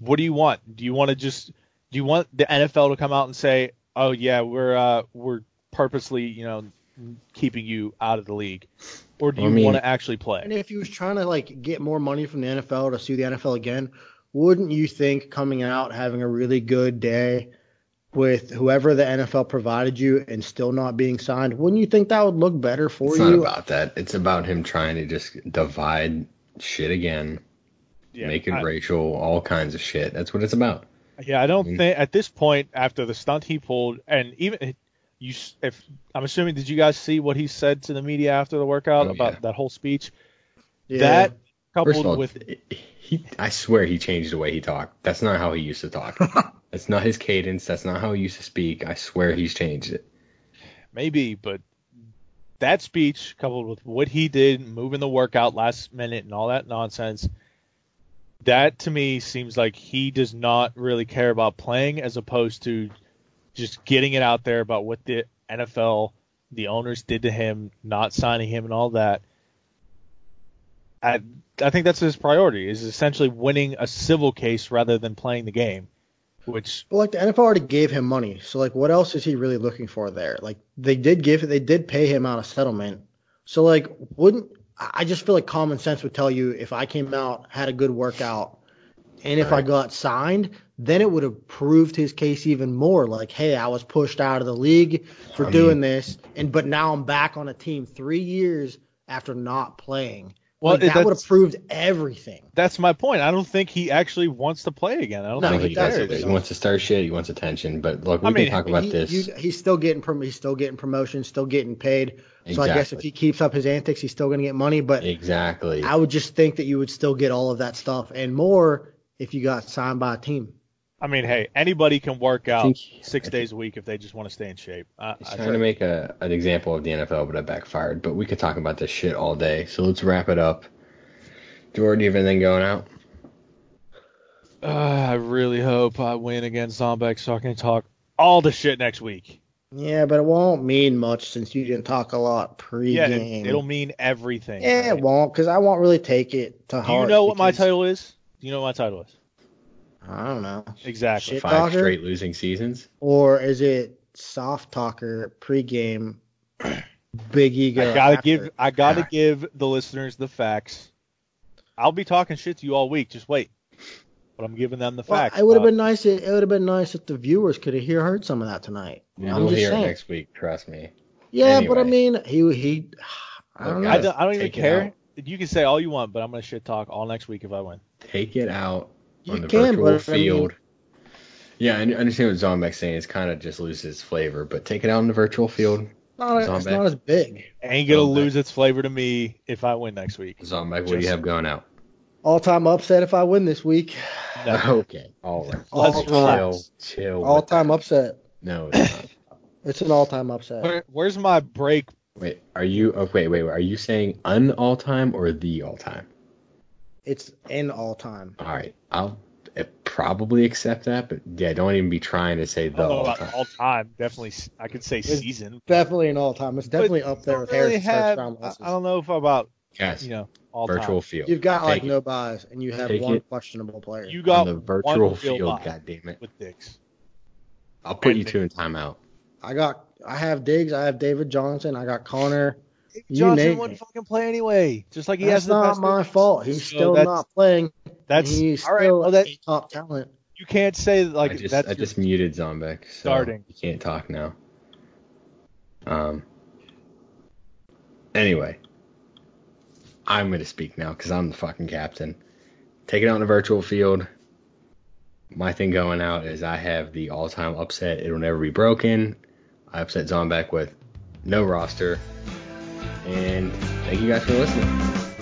Speaker 4: what do you want? Do you want to just do you want the NFL to come out and say, oh yeah, we're uh, we're purposely you know keeping you out of the league, or do
Speaker 2: I
Speaker 4: you
Speaker 2: mean-
Speaker 4: want to actually play?
Speaker 3: And if he was trying to like get more money from the NFL to sue the NFL again, wouldn't you think coming out having a really good day with whoever the NFL provided you and still not being signed, wouldn't you think that would look better for
Speaker 2: it's
Speaker 3: you?
Speaker 2: not about that. It's about him trying to just divide shit again,
Speaker 4: Yeah,
Speaker 2: make it
Speaker 4: I-
Speaker 2: racial, all kinds of shit. That's what it's about.
Speaker 4: Yeah, I don't
Speaker 2: Mhm.
Speaker 4: think at this point after the stunt he pulled, and even you, s- if I'm assuming, did you guys see what he said to the media after the workout
Speaker 2: Oh,
Speaker 4: about
Speaker 2: yeah.
Speaker 4: that whole speech?
Speaker 3: Yeah.
Speaker 4: That
Speaker 2: First
Speaker 4: coupled
Speaker 2: of all,
Speaker 4: with
Speaker 2: he, I swear he changed the way he talked. That's not how he used to talk. That's not his cadence. That's not how he used to speak. I swear he's changed it.
Speaker 4: maybe, but that speech coupled with what he did, moving the workout last minute and all that nonsense, that to me seems like he does not really care about playing as opposed to just getting it out there about what the NFL, the owners did to him, not signing him and all that. I, I think that's his priority is essentially winning a civil case rather than playing the game, which
Speaker 3: But like the NFL already gave him money, so like what else is he really looking for there? Like they did give they did pay him out a settlement. So like wouldn't I I just feel like common sense would tell you if I came out, had a good workout, and if I
Speaker 2: Right.
Speaker 3: got signed, then it would have proved his case even more. Like, hey, I was pushed out of the league for
Speaker 2: I
Speaker 3: doing
Speaker 2: mean-
Speaker 3: this, and but now I'm back on a team three years after not playing.
Speaker 4: Well,
Speaker 3: Like, that
Speaker 4: that's-
Speaker 3: would have proved everything.
Speaker 4: that's my point. I don't think he actually wants to play again. I don't
Speaker 3: No,
Speaker 4: think
Speaker 2: he,
Speaker 3: he
Speaker 2: does.
Speaker 3: does.
Speaker 2: He wants to start shit. He wants attention. But look, we
Speaker 4: I mean,
Speaker 2: can talk about
Speaker 3: he,
Speaker 2: this.
Speaker 3: you- he's still getting prom- he's still getting promotion, still getting paid. So I guess if
Speaker 2: Exactly.
Speaker 3: he keeps up his antics, he's still going to get money. But
Speaker 2: exactly.
Speaker 3: I would just think that you would still get all of that stuff and more if you got signed by a team.
Speaker 4: I mean, hey, anybody can work out
Speaker 2: think-
Speaker 4: six days a week if they just want to stay in shape. I,
Speaker 2: He's
Speaker 4: I
Speaker 2: trying to make a, an example of the NFL, but it backfired. But we could talk about this shit all day. So let's wrap it up. Jordan, you have anything going out?
Speaker 4: Uh, I really hope I win against Zombek so I can talk all the shit next week.
Speaker 3: Yeah, but it won't mean much since you didn't talk a lot pregame.
Speaker 4: Yeah, it, it'll mean everything.
Speaker 3: yeah, it
Speaker 4: right?
Speaker 3: won't because I won't really take it to
Speaker 4: Do you
Speaker 3: heart.
Speaker 4: know what my
Speaker 3: because-
Speaker 4: title is? Do you know what my title is?
Speaker 3: I don't know.
Speaker 4: Exactly.
Speaker 3: Shit.
Speaker 2: Five
Speaker 3: Talker?
Speaker 2: straight losing seasons.
Speaker 3: Or is it soft talker pregame? Big ego.
Speaker 4: I gotta
Speaker 3: after?
Speaker 4: give I gotta give the listeners the facts. I'll be talking shit to you all week. Just wait. But I'm giving them the
Speaker 3: Well,
Speaker 4: facts.
Speaker 3: it would have
Speaker 4: Bob.
Speaker 3: been nice. It, it would have been nice if the viewers could have hear, heard some of that tonight. I'm
Speaker 2: You'll
Speaker 3: just
Speaker 2: hear it
Speaker 3: saying.
Speaker 2: next week. Trust me.
Speaker 3: Yeah, but I
Speaker 2: Anyway.
Speaker 3: mean, he he. I
Speaker 2: Look,
Speaker 3: don't know.
Speaker 4: I don't, I don't even
Speaker 2: Take it
Speaker 4: care.
Speaker 2: out.
Speaker 4: You can say all you want, but I'm gonna shit talk all next week if I win.
Speaker 2: Take it out
Speaker 3: You
Speaker 2: on the
Speaker 3: can,
Speaker 2: virtual
Speaker 3: but I mean-
Speaker 2: field. yeah, I understand what Zombek's saying. It's kind of just loses its flavor. But take it out on the virtual field.
Speaker 3: it's, not, it's
Speaker 2: Zombie.
Speaker 3: not as big.
Speaker 4: Ain't gonna
Speaker 2: Zombek.
Speaker 4: lose its flavor to me if I win next week.
Speaker 2: Zombek, what do you
Speaker 4: Just-
Speaker 2: have going out?
Speaker 3: All time upset if I win this week.
Speaker 4: No.
Speaker 2: Okay. All right.
Speaker 3: All
Speaker 4: Let's
Speaker 3: time.
Speaker 2: Chill. Chill.
Speaker 3: All
Speaker 2: with that.
Speaker 3: time upset.
Speaker 2: No, it's not.
Speaker 3: It's an all time upset.
Speaker 4: Where, where's my break?
Speaker 2: Wait, are you? Oh, wait, wait, wait. Are you saying an all time or the all time?
Speaker 3: It's an all time.
Speaker 2: All right, I'll. It, probably accept that, but yeah, don't even be trying to say
Speaker 4: I
Speaker 2: the
Speaker 4: don't know
Speaker 2: all
Speaker 4: about
Speaker 2: time.
Speaker 4: all time. Definitely, s- I could say season.
Speaker 3: Definitely an all time. It's definitely up there with
Speaker 4: Don't really
Speaker 3: Harris
Speaker 4: have- um,
Speaker 3: touchdown
Speaker 4: I
Speaker 3: losses.
Speaker 4: I don't know if about
Speaker 2: Yes,
Speaker 4: you know all
Speaker 2: virtual
Speaker 4: time.
Speaker 2: field.
Speaker 3: You've got like
Speaker 2: Take it.
Speaker 3: no buys, and you have
Speaker 2: Take
Speaker 3: one
Speaker 2: it.
Speaker 3: questionable player.
Speaker 4: You
Speaker 2: on
Speaker 4: got
Speaker 2: the
Speaker 4: one
Speaker 2: virtual
Speaker 4: real
Speaker 2: field.
Speaker 4: bye
Speaker 2: God damn it!
Speaker 4: with dicks.
Speaker 2: I'll put
Speaker 4: and
Speaker 2: you
Speaker 4: the-
Speaker 2: two in timeout.
Speaker 3: I got, I have Diggs, I have David Johnson, I got Connor. You
Speaker 4: Johnson
Speaker 3: name
Speaker 4: wouldn't
Speaker 3: it.
Speaker 4: fucking play anyway. Just like he
Speaker 3: that's
Speaker 4: has the
Speaker 3: not
Speaker 4: best
Speaker 3: my
Speaker 4: defense.
Speaker 3: fault. He's
Speaker 4: So
Speaker 3: still
Speaker 4: that's-
Speaker 3: not playing.
Speaker 4: That's
Speaker 3: he's
Speaker 4: all right,
Speaker 3: still
Speaker 4: well, that-
Speaker 3: a top talent.
Speaker 4: you can't say that, like
Speaker 2: I just
Speaker 4: that's
Speaker 2: I
Speaker 4: your-
Speaker 2: just muted Zombek. So
Speaker 4: Starting.
Speaker 2: You can't talk now. Um. Anyway, I'm gonna speak now because I'm the fucking captain. Take it out on the virtual field. My thing going out is I have the all-time upset. It'll never be broken. I upset Zombek with no roster. And thank you guys for listening.